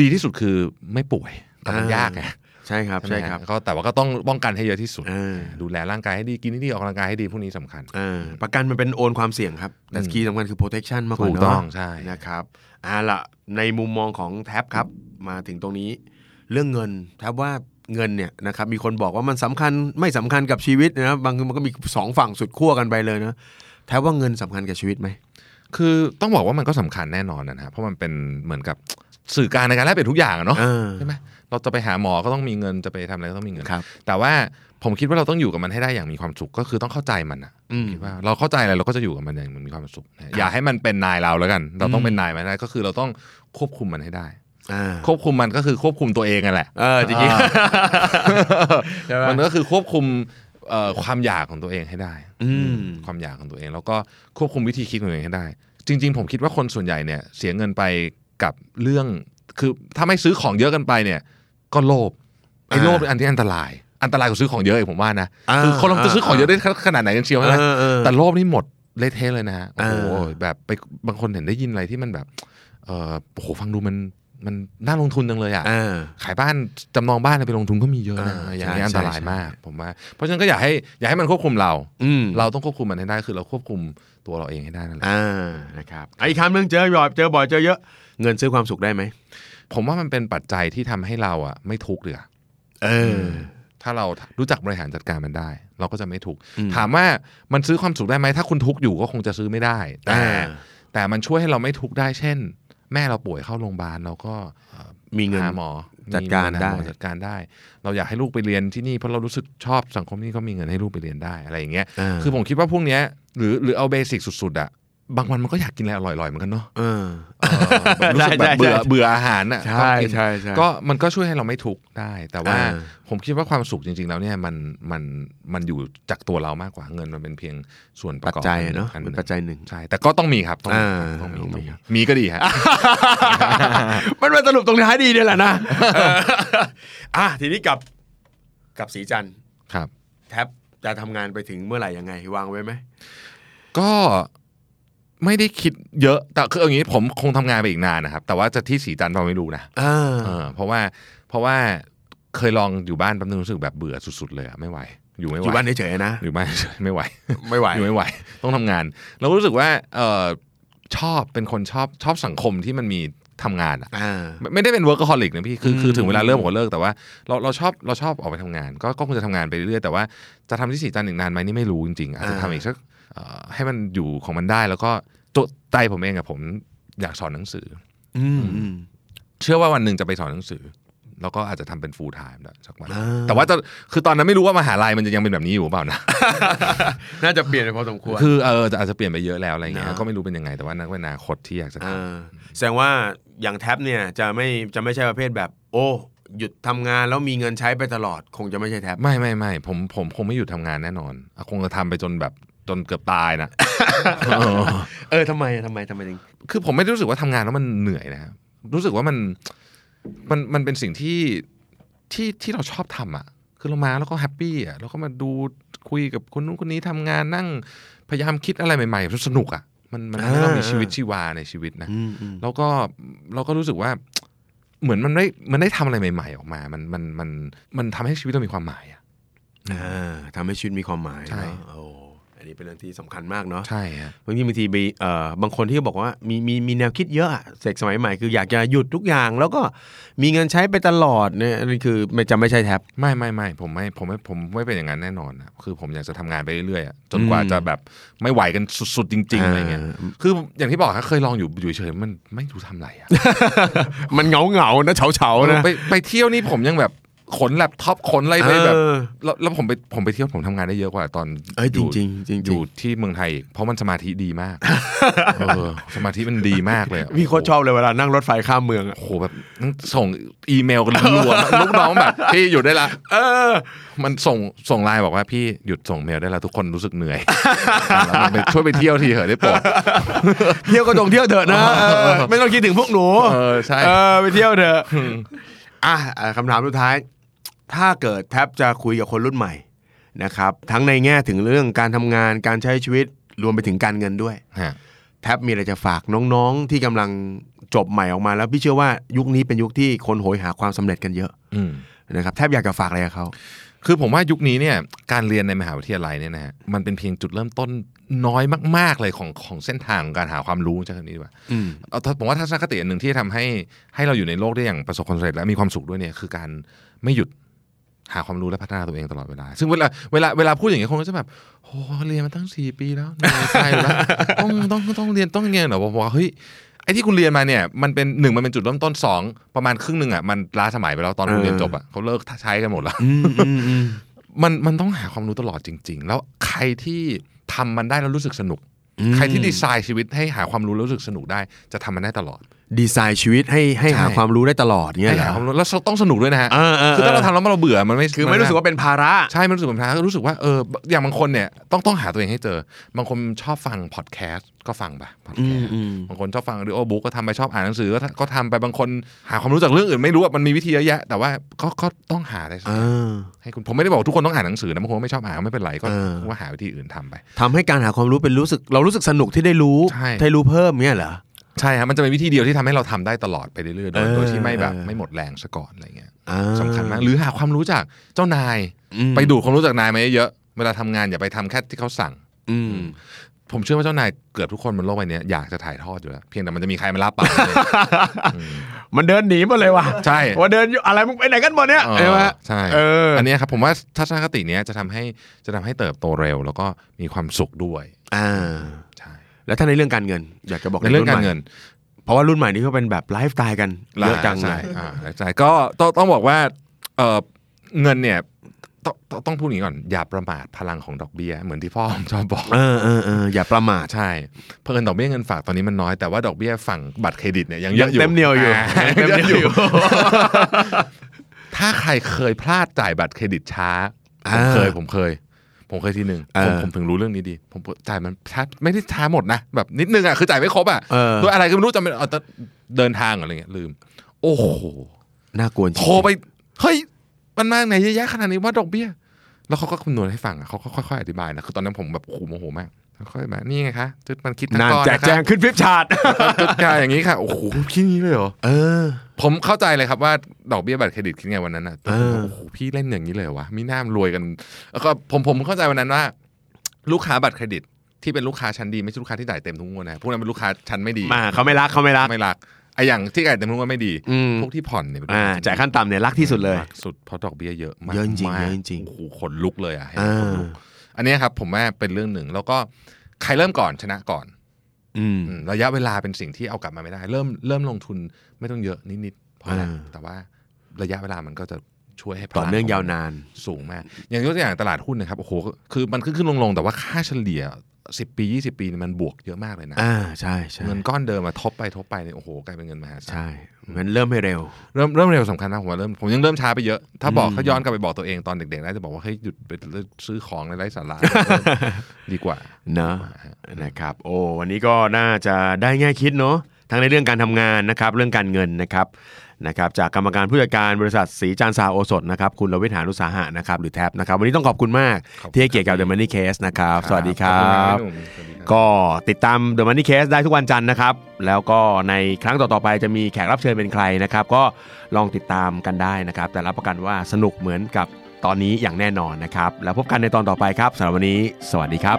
Speaker 2: ดีที่สุดคือไม่ป่วยแต่มัน
Speaker 1: อ่าย
Speaker 2: ยากไง
Speaker 1: ใช่ครับ
Speaker 2: ไหม
Speaker 1: ใช่ครับ
Speaker 2: ก็แต่ว่าก็ต้องป้องกันให้เยอะที่สุด
Speaker 1: เออ
Speaker 2: ดูแลร่างกายให้ดีกินให้ดีออกกำลังกายให้ดีพวกนี้สำคัญ
Speaker 1: เออประกันมันเป็นโอนความเสี่ยงครับ แต่
Speaker 2: อืม
Speaker 1: คีย์สำคัญคือ protection มากกว่า
Speaker 2: ถูก
Speaker 1: เนะ
Speaker 2: ต้องใช่
Speaker 1: นะครับเอ่าล่ะในมุมมองของแท็บครับ มาถึงตรงนี้ เรื่องเงินแท็บว่าเงินเนี่ยนะครับมีคนบอกว่ามันสำคัญไม่สำคัญกับชีวิตนะครับบางทีมันก็มีสองฝั่งสุดขั้วกันไปเลยนะแท็บว่าเงินสำคัญกับชีวิตไหม
Speaker 2: คือต้องบอกว่ามันก็สำคัญแน่นอนนะฮะเพราะมันเป็นเหมือนกับสื่อการในการแลกเปลี่ยนทุกอย่างอะเนาะ
Speaker 1: เออ
Speaker 2: ใช่ไหมเราจะไปหาหมอก็ต้องมีเงินจะไปทำอะไรก็ต้องมีเงิน
Speaker 1: ครับ
Speaker 2: แต่ว่าผมคิดว่าเราต้องอยู่กับมันให้ได้อย่างมีความสุขก็คือต้องเข้าใจมันอะ
Speaker 1: อืม
Speaker 2: คิดว่าเราเข้าใจอะไรเราก็จะอยู่กับมันอย่างมีความสุขนะฮะอย่าให้มันเป็นนายเราแล้วกัน เราต้องเป็นนายมันให้ได้ก็คือเราต้องควบคุมมันให้ได้
Speaker 1: อ่า
Speaker 2: ควบคุมมันก็คือควบคุมตัวเองนั่นแหละ
Speaker 1: เออจริง ใช่ปะ
Speaker 2: มันก็คือควบคุมเอ่อความอยากของตัวเองให้ได้
Speaker 1: อืม
Speaker 2: ความอยากของตัวเอง แล้วก็ควบคุมวิธีคิดของตัวเองให้ได้ จริง ๆ ผมคิดว่าคนส่วนใหญ่เนี่ยเสียเงินไปกับเรื่องคือถ้าไม่ซื้อของเยอะเกันไปเนี่ย ก็โลภไอ้โลภเป็นอันที่อันตราย อันตรายกว่าซื้อของเยอะเองผมว่านะ
Speaker 1: อ่า
Speaker 2: คือคนเราจะซื้อของเยอะได้ขนาดไหนกันเชียว
Speaker 1: เอ
Speaker 2: ใช่ไหม
Speaker 1: อเออ
Speaker 2: แต่โลภนี่หมดเละเทะเลยนะฮะโอ้โห
Speaker 1: เออ
Speaker 2: แบบไปบางคนเห็นได้ยินอะไรที่มันแบบเออโอ้โหฟังดูมันมันน่าลงทุนจังเลยอ่ะ
Speaker 1: เออ
Speaker 2: ขายบ้านจำนองบ้านเอาไปลงทุนก็มีเยอะนะ
Speaker 1: เออ
Speaker 2: อ
Speaker 1: อย่าง
Speaker 2: นี้
Speaker 1: ใช่
Speaker 2: อันตราย
Speaker 1: ใช่
Speaker 2: มาก ผมว่า เพราะฉะนั้นก็อย่าให้อย่าให้มันควบคุมเรา
Speaker 1: อืม
Speaker 2: เราต้องควบคุมมันให้ได้คือเราควบคุมตัวเราเองให้ได้นั่นแหละ
Speaker 1: อ่านะครับไอ้คำหนึ่งเจอบ่อยเจอบ่อยเจอเยอะ เงินซื้อความสุขได้ไหม
Speaker 2: ผมว่ามันเป็นปัจจัยที่ทำให้เราอ่ะไม่ทุกข์เดือ
Speaker 1: เออ
Speaker 2: ถ้าเรารู้จักบริหารจัดการมันได้ เราก็จะไม่ทุกข์
Speaker 1: อืม
Speaker 2: ถามว่ามันซื้อความสุขได้ไหมถ้าคุณทุกข์อยู่ก็คงจะซื้อไม่ได้ แต่
Speaker 1: อ่า
Speaker 2: แต่มันช่วยให้เราไม่ทุกข์ได้เช่น แม่เราป่วยเข้าโรงพยาบาลเราก็เอ่อ
Speaker 1: มีเงิน
Speaker 2: หาหมอ
Speaker 1: จัดการได้
Speaker 2: มีเงินหหมอจัดการได้ เราอยากให้ลูกไปเรียนที่นี่เพราะเรารู้สึกชอบสังคมนี่ก็มีเงินให้ลูกไปเรียนได้อะไรอย่างเงี้ย
Speaker 1: เ
Speaker 2: คือผมคิดว่าพวกเนี้ยหรือหรือเอาเบสิกสุดๆอ่ะบางวันมันก็อยากกินอะไรอร่อยๆเหมือนกันเนาะ
Speaker 1: เออ
Speaker 2: เออแบบรู้สึกแบ
Speaker 1: ใช่ใช่
Speaker 2: บเบื่อ
Speaker 1: ใช่
Speaker 2: เบื่ออาหารอ่ะ
Speaker 1: ใช่
Speaker 2: ก็กิน
Speaker 1: ใช่ใช่
Speaker 2: ก็มันก็ช่วยให้เราไม่ทุกข์ได้ แต่ว่า
Speaker 1: อ่า
Speaker 2: ผมคิดว่าความสุขจริง ๆ แล้วเนี่ยมันมันมันอยู่จากตัวเรามากกว่าเงินมันเป็นเพียงส่วนประ
Speaker 1: ปัจ
Speaker 2: กอบ
Speaker 1: จัยอะเนาะ
Speaker 2: อัห
Speaker 1: เป็น
Speaker 2: ง
Speaker 1: ปัจจัยหนึ่ง
Speaker 2: ใช่แต่ก็ต้องมีครับต้องมี
Speaker 1: อ่า
Speaker 2: ต้องมี
Speaker 1: ต้องมี
Speaker 2: ต้องมี
Speaker 1: ครับ
Speaker 2: มีก็ดีฮะ
Speaker 1: มันมาสรุปตรงท้ายดีเนี่ยแหละนะ เอออ่ะทีนี้กับกับสีจันทร์
Speaker 2: ครับ
Speaker 1: แท็บจะทำงานไปถึงเมื่อไหร่ยังไงวางไว้ไหม
Speaker 2: ก็ไม่ได้คิดเยอะ แต่คืออย่างนี้ผมคงทำงานไปอีกนานนะครับ แต่ว่าจะที่สีจันทร์เราไม่รู้นะ
Speaker 1: อ่า
Speaker 2: เออเพราะว่าเพราะว่าเคยลองอยู่บ้านแป๊บนึงรู้สึกแบบเบื่อสุด ๆ เลยอะไม่ไหว อยู่ไม่
Speaker 1: อ
Speaker 2: ไหว
Speaker 1: ยู่บ้านเฉยๆนะ
Speaker 2: อยู่บ้าน เฉยๆไม่ไหว
Speaker 1: ไม่ไหว
Speaker 2: อยู่ไม่ไหว ต้องทำงานเรารู้สึกว่าเออชอบเป็นคนชอบชอบสังคมที่มันมีทำงานอะ
Speaker 1: อ่า
Speaker 2: ไม่ไม่ได้เป็น workaholic นะพี่คือคือ
Speaker 1: ม
Speaker 2: ถึงเวลาเลิกผมก็เลิกแต่ว่าเราเราชอบเราชอบออกไปทำงาน ก็ก็คงจะทำงานไปเรื่อยๆแต่ว่าจะทำที่สีจันทร์อีกนานไหมนี่ไม่รู้จริงๆอาจจะทำอีกสักเอ่อให้มันอยู่ของมันได้แล้วก็ตัวใจผมเองอะผมอยากสอนหนังสือ
Speaker 1: อืมอืม
Speaker 2: เชื่อว่าวันหนึ่งจะไปสอนหนังสือ แล้วก็อาจจะทำเป็น full time ได้สักวัน
Speaker 1: อ่า
Speaker 2: แต่ว่าจะคือตอนนั้นไม่รู้ว่ามหาลัยมันจะยังเป็นแบบนี้อยู่หรือเปล่า นะ
Speaker 1: น่าจะเปลี่ยนไปพอสมควร
Speaker 2: คือเอออาจจะเปลี่ยนไปเยอะแล้วอะไรเงี้ย
Speaker 1: เนอะ
Speaker 2: ก็ไม่รู้เป็นยังไงแต่ว่านั่นก็เป็นอนาคตที่อยากจะท
Speaker 1: อ่าแสดงว่าอย่างแท็บเนี่ยจะไม่จะไม่ใช่ประเภทแบบ โอ้ หยุดทำงานแล้วมีเงินใช้ไปตลอด คงจะไม่ใช่แท็บ
Speaker 2: ำไม่ไม่ไม่ผมผมคงไม่หยุดทำงานแน่นอนอ่ะคงจะทำไปจนแบบจนเกือบตายนะ เออ
Speaker 1: เออทำไมอะทำไมทำไมถึง
Speaker 2: คือผมไม่ได้รู้สึกว่าทำงานแล้วมันเหนื่อยนะครับรู้สึกว่ามันมันมันเป็นสิ่งที่ที่ที่เราชอบทำอ่ะ คือเรามาแล้วก็แฮปปี้อ่ะแล้วก็มาดูคุยกับคนนู้นคนนี้ทำงานนั่งพยายามคิดอะไรใหม่ๆสนุกอ่ะมันมันทำให้เรามี
Speaker 1: อ่า
Speaker 2: ชีวิตชีวาในชีวิตนะ
Speaker 1: อืมอืม
Speaker 2: แล้วก็เราก็รู้สึกว่า เหมือนมันได้มันได้ทำอะไรใหม่ ๆ ออกมา มันมันมันมันทำให้ชีวิตเรามีความหมายอ่ะ
Speaker 1: อ่าทำให้ชีวิตมีความหมาย
Speaker 2: ใช่
Speaker 1: เนอะโอ้อันนี้เป็นเรื่องที่สำคัญมากเนาะ
Speaker 2: ใช่ฮะ
Speaker 1: บางทีบางทีมีเอ่อบางคนที่บอกว่ามีมีมีแนวคิดเยอะอะเสกสมัยใหม่คืออยากจะหยุดทุกอย่าง แล้วก็มีเงินใช้ไปตลอดเนี่ยอันนี้คือไม่จะไม่ใช่แท็บ
Speaker 2: ไม่ไม่ไม่ผมไม่ผมไม่ผมไม่เป็นอย่างนั้นแน่นอนนะคือผมอยากจะทำงานไปเรื่อยๆอะจนกว่า
Speaker 1: อืม
Speaker 2: จะแบบไม่ไหวกันสุดๆจริงๆ
Speaker 1: อ่า
Speaker 2: อะไรเงี้ยคืออย่างที่บอกฮะเคยลองอยู่อยู่เฉยๆมันไม่รู้ทำอะไรอ่ะ
Speaker 1: มันเหงาเหงาๆนะเฉาเฉาๆนะ
Speaker 2: ไปไปเที่ยวนี่ผมยังแบบขนแล็ปท็อปขนอะไรไปแบบ
Speaker 1: เออ
Speaker 2: แล้วแล้วผมไปผมไปเที่ยวผมทำงานได้เยอะกว่าตอน
Speaker 1: เอ้ยจ
Speaker 2: อ
Speaker 1: ริง
Speaker 2: ยู่
Speaker 1: จริงๆจริง
Speaker 2: อ
Speaker 1: ๆ
Speaker 2: ยู่ที่เมืองไทยอีกเพราะมันสมาธิดีมาก เออสมาธิมันดีมากเลย
Speaker 1: พี่โคตรชอบเลยเวลานั่งรถไฟข้ามเมืองอะ
Speaker 2: โอ้โหแบบส่งอีเมลกันรัวๆลูกน้องแบบพี่หยุดได้ละ
Speaker 1: เออ
Speaker 2: มันส่งส่งไลน์บอกว่าพี่หยุดส่งเมลได้ละทุกคนรู้สึกเหนื่อย แล้วมันไปช่วยไปเที่ยวทีเถอะได้โปรด
Speaker 1: เที่ยวก็จงเที่ยวเถอะนะเออไม่ต้องคิดถึงพวกหนู
Speaker 2: เออใช่
Speaker 1: เออไปเที่ยวเถอะอ่ะอ่ะคำถามสุดท้าย ถ้าเกิดแทบจะคุยกับคนรุ่นใหม่นะครับ ทั้งในแง่ถึงเรื่องการทำงานการใช้ชีวิตรวมไปถึงการเงินด้วย
Speaker 2: ฮะ
Speaker 1: แทบมีอะไรจะฝากน้องๆ ที่กำลังจบใหม่ออกมาแล้วพี่เชื่อว่ายุคนี้เป็นยุคที่คนโหยหาความสำเร็จกันเยอะ
Speaker 2: อืม
Speaker 1: นะครับแทบอยากจะฝากอะไรกับเขา
Speaker 2: คือผมว่ายุคนี้เนี่ยการเรียนในมหาวิทยาลัยเนี่ยนะฮะมันเป็นเพียงจุดเริ่มต้นน้อยมาก ๆเลยของของเส้นทางของการหาความรู้ใช่คำนี้ดีกว่า
Speaker 1: อืม
Speaker 2: เอาถ้าผมว่าทัศนคติอันหนึ่งที่ทำให้ให้เราอยู่ในโลกได้อย่างประสบความสำเร็จและมีความสุขด้วยเนี่ยคือการไม่หยุด หาความรู้และพัฒนาตัวเองตลอดเวลา ซึ่งเวลาเวลาเวลาพูดอย่างนี้ยคนก็จะแบบโอ้เรียนมาตั้งสี่ปีแล้วเหนื่อยใจแล้วต้องต้องต้องเรียนต้องเรียนเหรอผมบอกว่าเฮ้ยไอ้ที่คุณเรียนมาเนี่ยมันเป็นหนึ่งมันเป็นจุดเริ่มต้นสองประมาณครึ่งหนึ่งอ่ะมันล้าสมัยไปแล้วตอนคุณเรียนจบอ่ะเขาเลิกใช้กันหมดแล้ว มันมันต้องหาความรู้ตลอดจริง ๆ แล้วใครที่ทำมันได้แล้วรู้สึกสนุก ใครที่ดีไซน์ชีวิตให้หาความรู้แล้วรู้สึกสนุกได้ จะทำมันได้ตลอด
Speaker 1: ดีไซน์ชีวิตให้ให้หา
Speaker 2: ใช่
Speaker 1: ความรู้ได้ตลอดเงี้
Speaker 2: ให้
Speaker 1: ยเหร
Speaker 2: หา
Speaker 1: อ
Speaker 2: ความรู้แล้วต้องสนุกด้วยนะฮะ
Speaker 1: เออเออเออ
Speaker 2: คือถ้าเราทำแล้วมันเราเบื่อมันไม่
Speaker 1: คือไม่รู้สึกว่าเป็นภาระ
Speaker 2: ใช่มันรู้สึกเหมือนพารู้สึกว่าเอออย่างบางคนเนี่ยต้องต้องหาตัวเองให้เจอ บางคนชอบฟังพอดแคสต์ก็ฟังไปพอดแคสต์
Speaker 1: อืมอืม
Speaker 2: บางคนชอบฟังดิโอบุ๊กก็ทำไปชอบอ่านหนังสือก็ก็ทำไปบางคนหาความรู้จากเรื่องอื่นไม่รู้ว่ามันมีวิธีเยอะแยะแต่ว่าก็ก็ต้องหาอะไรสักอย่าง
Speaker 1: เออ
Speaker 2: ให้คุณผมไม่ได้บอกว่าทุกคนต้องอ่านหนังสือนะบางคนไม่ชอบอ่านก็ไม่เป็นไรก็
Speaker 1: เออ
Speaker 2: ว่าหาวิธีอื่นทำไป
Speaker 1: ทำให้การหาความรู้เป็นรู้สึก เรารู้สึกสนุกที่ได้รู้
Speaker 2: ใช่
Speaker 1: ได้รู้เพิ่มเงี้ยเหรอ
Speaker 2: ใช่ฮะมันจะเป็นวิธีเดียวที่ทำให้เราทำได้ตลอดไปเรื่อยๆโดย
Speaker 1: เออ
Speaker 2: โดยที่ไม่แบบ
Speaker 1: เออ
Speaker 2: ไม่หมดแรงซะก่อนอะไรเงี้ย
Speaker 1: อ่า
Speaker 2: สำคัญมากหรือหาความรู้จากเจ้านาย
Speaker 1: อืม
Speaker 2: ไปดูดความรู้จากนายมาเยอะๆเวลาทำงานอย่าไปทำแค่ที่เขาสั่ง
Speaker 1: อืม
Speaker 2: ผมเชื่อว่าเจ้านายเกือบทุกคนบนโลกใบเนี้ยอยากจะถ่ายทอดอยู่แล้วเพียงแต่มันจะมีใครมารับ ปาก
Speaker 1: มันเดินหนีหมดเลยว่ะ
Speaker 2: ใช่
Speaker 1: ว่าเดินอยู่อะไรมึงไปไหนกันหมดเนี่ย
Speaker 2: เออ
Speaker 1: ใช่ไหม
Speaker 2: ใช่
Speaker 1: เอออั
Speaker 2: นเนี้ยครับผมว่าทัศนคติเนี้ยจะทำให้จะทำให้เติบโตเร็ว แล้วก็มีความสุขด้วย
Speaker 1: อ่า
Speaker 2: ใช่
Speaker 1: แล้วถ้าในเรื่องการเงิน อยากจะบอก
Speaker 2: ในเรื่องการ
Speaker 1: ใหม่
Speaker 2: เงิน
Speaker 1: เพราะว่ารุ่นใหม่นี่ก็เป็นแบบไลฟ์สไตล์กันเยอะจัง
Speaker 2: ใช่
Speaker 1: เลย
Speaker 2: อ่าใช่ก็ต้องต้องบอกว่าเอ่อเงินเนี่ยต้องต้องต้องพูดอย่างนี้ก่อน อย่าประมาทพลังของดอกเบี้ย เหมือนที่พ่อผมชอบบอก
Speaker 1: เออเออเอออย่าประมาท
Speaker 2: ใช่เพิ่นดอกเบี้ยเงินฝากตอนนี้มันน้อยแต่ว่าดอกเบี้ยฝั่งบัตรเครดิตเนี่ยยังเยอะอยู่
Speaker 1: เต็มเหนียวอยู่
Speaker 2: า
Speaker 1: ยังเต็มเหนียวอยู่
Speaker 2: ง ถ้าใครเคยพลาดจ่ายบัตรเครดิตช้าผมเคยผมเคย ผมเคยทีหนึ่งผม
Speaker 1: เออ
Speaker 2: ผมถึงรู้เรื่องนี้ดี ผมจ่ายมันช้าไม่ได้ช้าหมดนะแบบนิดนึงอ่ะคือจ่ายไม่ครบอ่ะ
Speaker 1: เออ
Speaker 2: ด้วยอะไรก็ไม่รู้จำเป็นเอาแต่เดินทางอะไรเงี้ยลืม โอ้โห
Speaker 1: น่ากลัวจริง
Speaker 2: โทรไปเฮ้ยมันมาไหนเยอะแยะขนาดนี้ว่าดอกเบี้ย แล้วเขาก็คำนวณให้ฟังอ่ะเขาก็ค่อยๆอธิบายนะคือตอนนั้นผมแบบโอ้โหโมโหมากค่อยๆมานี่ไงคะตึ๊ดมันคิดทั้ง
Speaker 1: นั่น
Speaker 2: ก้อน
Speaker 1: แจก
Speaker 2: นะ
Speaker 1: แจง
Speaker 2: คะ
Speaker 1: ขึ้นฟลิปชาร์ต
Speaker 2: ตึ๊ดค่ะอย่างนี้ค่ะโอ้โหคิดอย่างนี้เลยเหรอ
Speaker 1: เออ
Speaker 2: ผมเข้าใจเลยครับว่าดอกเบี้ยบัตรเครดิตคิดไงวันนั้นอ่ะ
Speaker 1: เออ
Speaker 2: โอ้โหพี่เล่นอย่างนี้เลยเหรอวะมีหน้ารวยกัน แล้วก็ผมผมเข้าใจวันนั้นว่า ลูกค้าบัตรเครดิตที่เป็นลูกค้าชั้นดีไม่ใช่ลูกค้าที่จ่ายเต็มทุกงวดนะพวกนั้นเป็นลูกค้าชั้นไม่ดี
Speaker 1: มาเขาไม่รักเขาไม่รัก
Speaker 2: ไม่รักไออย่างที่จ่ายเต็มทุกงวดไม่ดี
Speaker 1: อืม
Speaker 2: พวกที่ผ่อนเนี่ยเป็นลูก
Speaker 1: อ่า
Speaker 2: ค้ชั้นดี
Speaker 1: จ่ายขั้นต่ำเนี่ยรักที่สุดเลย
Speaker 2: มากสุดเพราะดอกเบี้ยเยอะมาก
Speaker 1: เยอะจริงๆ
Speaker 2: มาก
Speaker 1: เยอะจริงๆ
Speaker 2: โอ้โหขนลุกเลยอ่ะให้
Speaker 1: อ่า
Speaker 2: ขนลุกอันเนี้ยครับผมว่าเป็นเรื่องหนึ่งแล้วก็ใครเริ่มก่อนชนะก่อน
Speaker 1: อืม
Speaker 2: อืมระยะเวลาเป็นสิ่งที่เอากลับมาไม่ได้ เริ่มเริ่มลงทุนไม่ต้องเยอะนิดๆพอแล้ว
Speaker 1: อ่า
Speaker 2: แต่ว่าระยะเวลามันก็จะช่วยให้พลั
Speaker 1: ต่อเนื่องยาวนาน
Speaker 2: สูงมาก อย่างยกตัวอย่างตลาดหุ้นนะครับโอ้โหคือมันขึ้นขึ้นลงลงๆแต่ว่าค่าเฉลี่ย 10 ปี 20 ปีเนี่ยมันบวกเยอะมากเลยนะ
Speaker 1: อ่าใช่ใช่
Speaker 2: เงินก้อนเดิมมาทบไปทบไปเนี่ยโอ้โหกลายเป็นเงินมหาศาล
Speaker 1: ใช่มันเริ่มให้เร็ว
Speaker 2: เริ่มเริ่มเร็วสำคัญมากผมว่าเริ่มผมยังเริ่มช้าไปเยอะ ถ้าบอกถ้าย้อนกลับไปบอกตัวเองตอนเด็กๆน่าจะบอกว่าให้ยหยุดไปซื้อของในไร้สาระ ดีกว่า
Speaker 1: เนอะนะครับโอ้วันนี้ก็น่าจะได้แง่คิดเนาะทั้งในเรื่องการทำงานนะครับ เรื่องการเงินนะครับนะครับจากกรรมการผู้จัดการบริษัทสีจานซาโอสดนะครับคุณลวิทหานุสาหะนะครับหรือแท็บนะครับวันนี้ต้องขอบคุณมาก
Speaker 2: ขอบคุณ
Speaker 1: ที่ให้เกียรติกับ The Money Case นะครับ สวัสดีค
Speaker 2: ขอ
Speaker 1: รับ
Speaker 2: ณพี่หนุ่มสวัสดีครับ
Speaker 1: ก็ติดตาม The Money Case ได้ทุกวันจันทร์นะครับ แล้วก็ในครั้งต่อ ๆ ไปจะมีแขกรับเชิญเป็นใครนะครับ ก็ลองติดตามกันได้นะครับ แต่รับประกันว่าสนุกเหมือนกับตอนนี้อย่างแน่นอนนะครับ แล้วพบกันในตอนต่อไปครับสำหรับวันนี้ สวัสดีครับ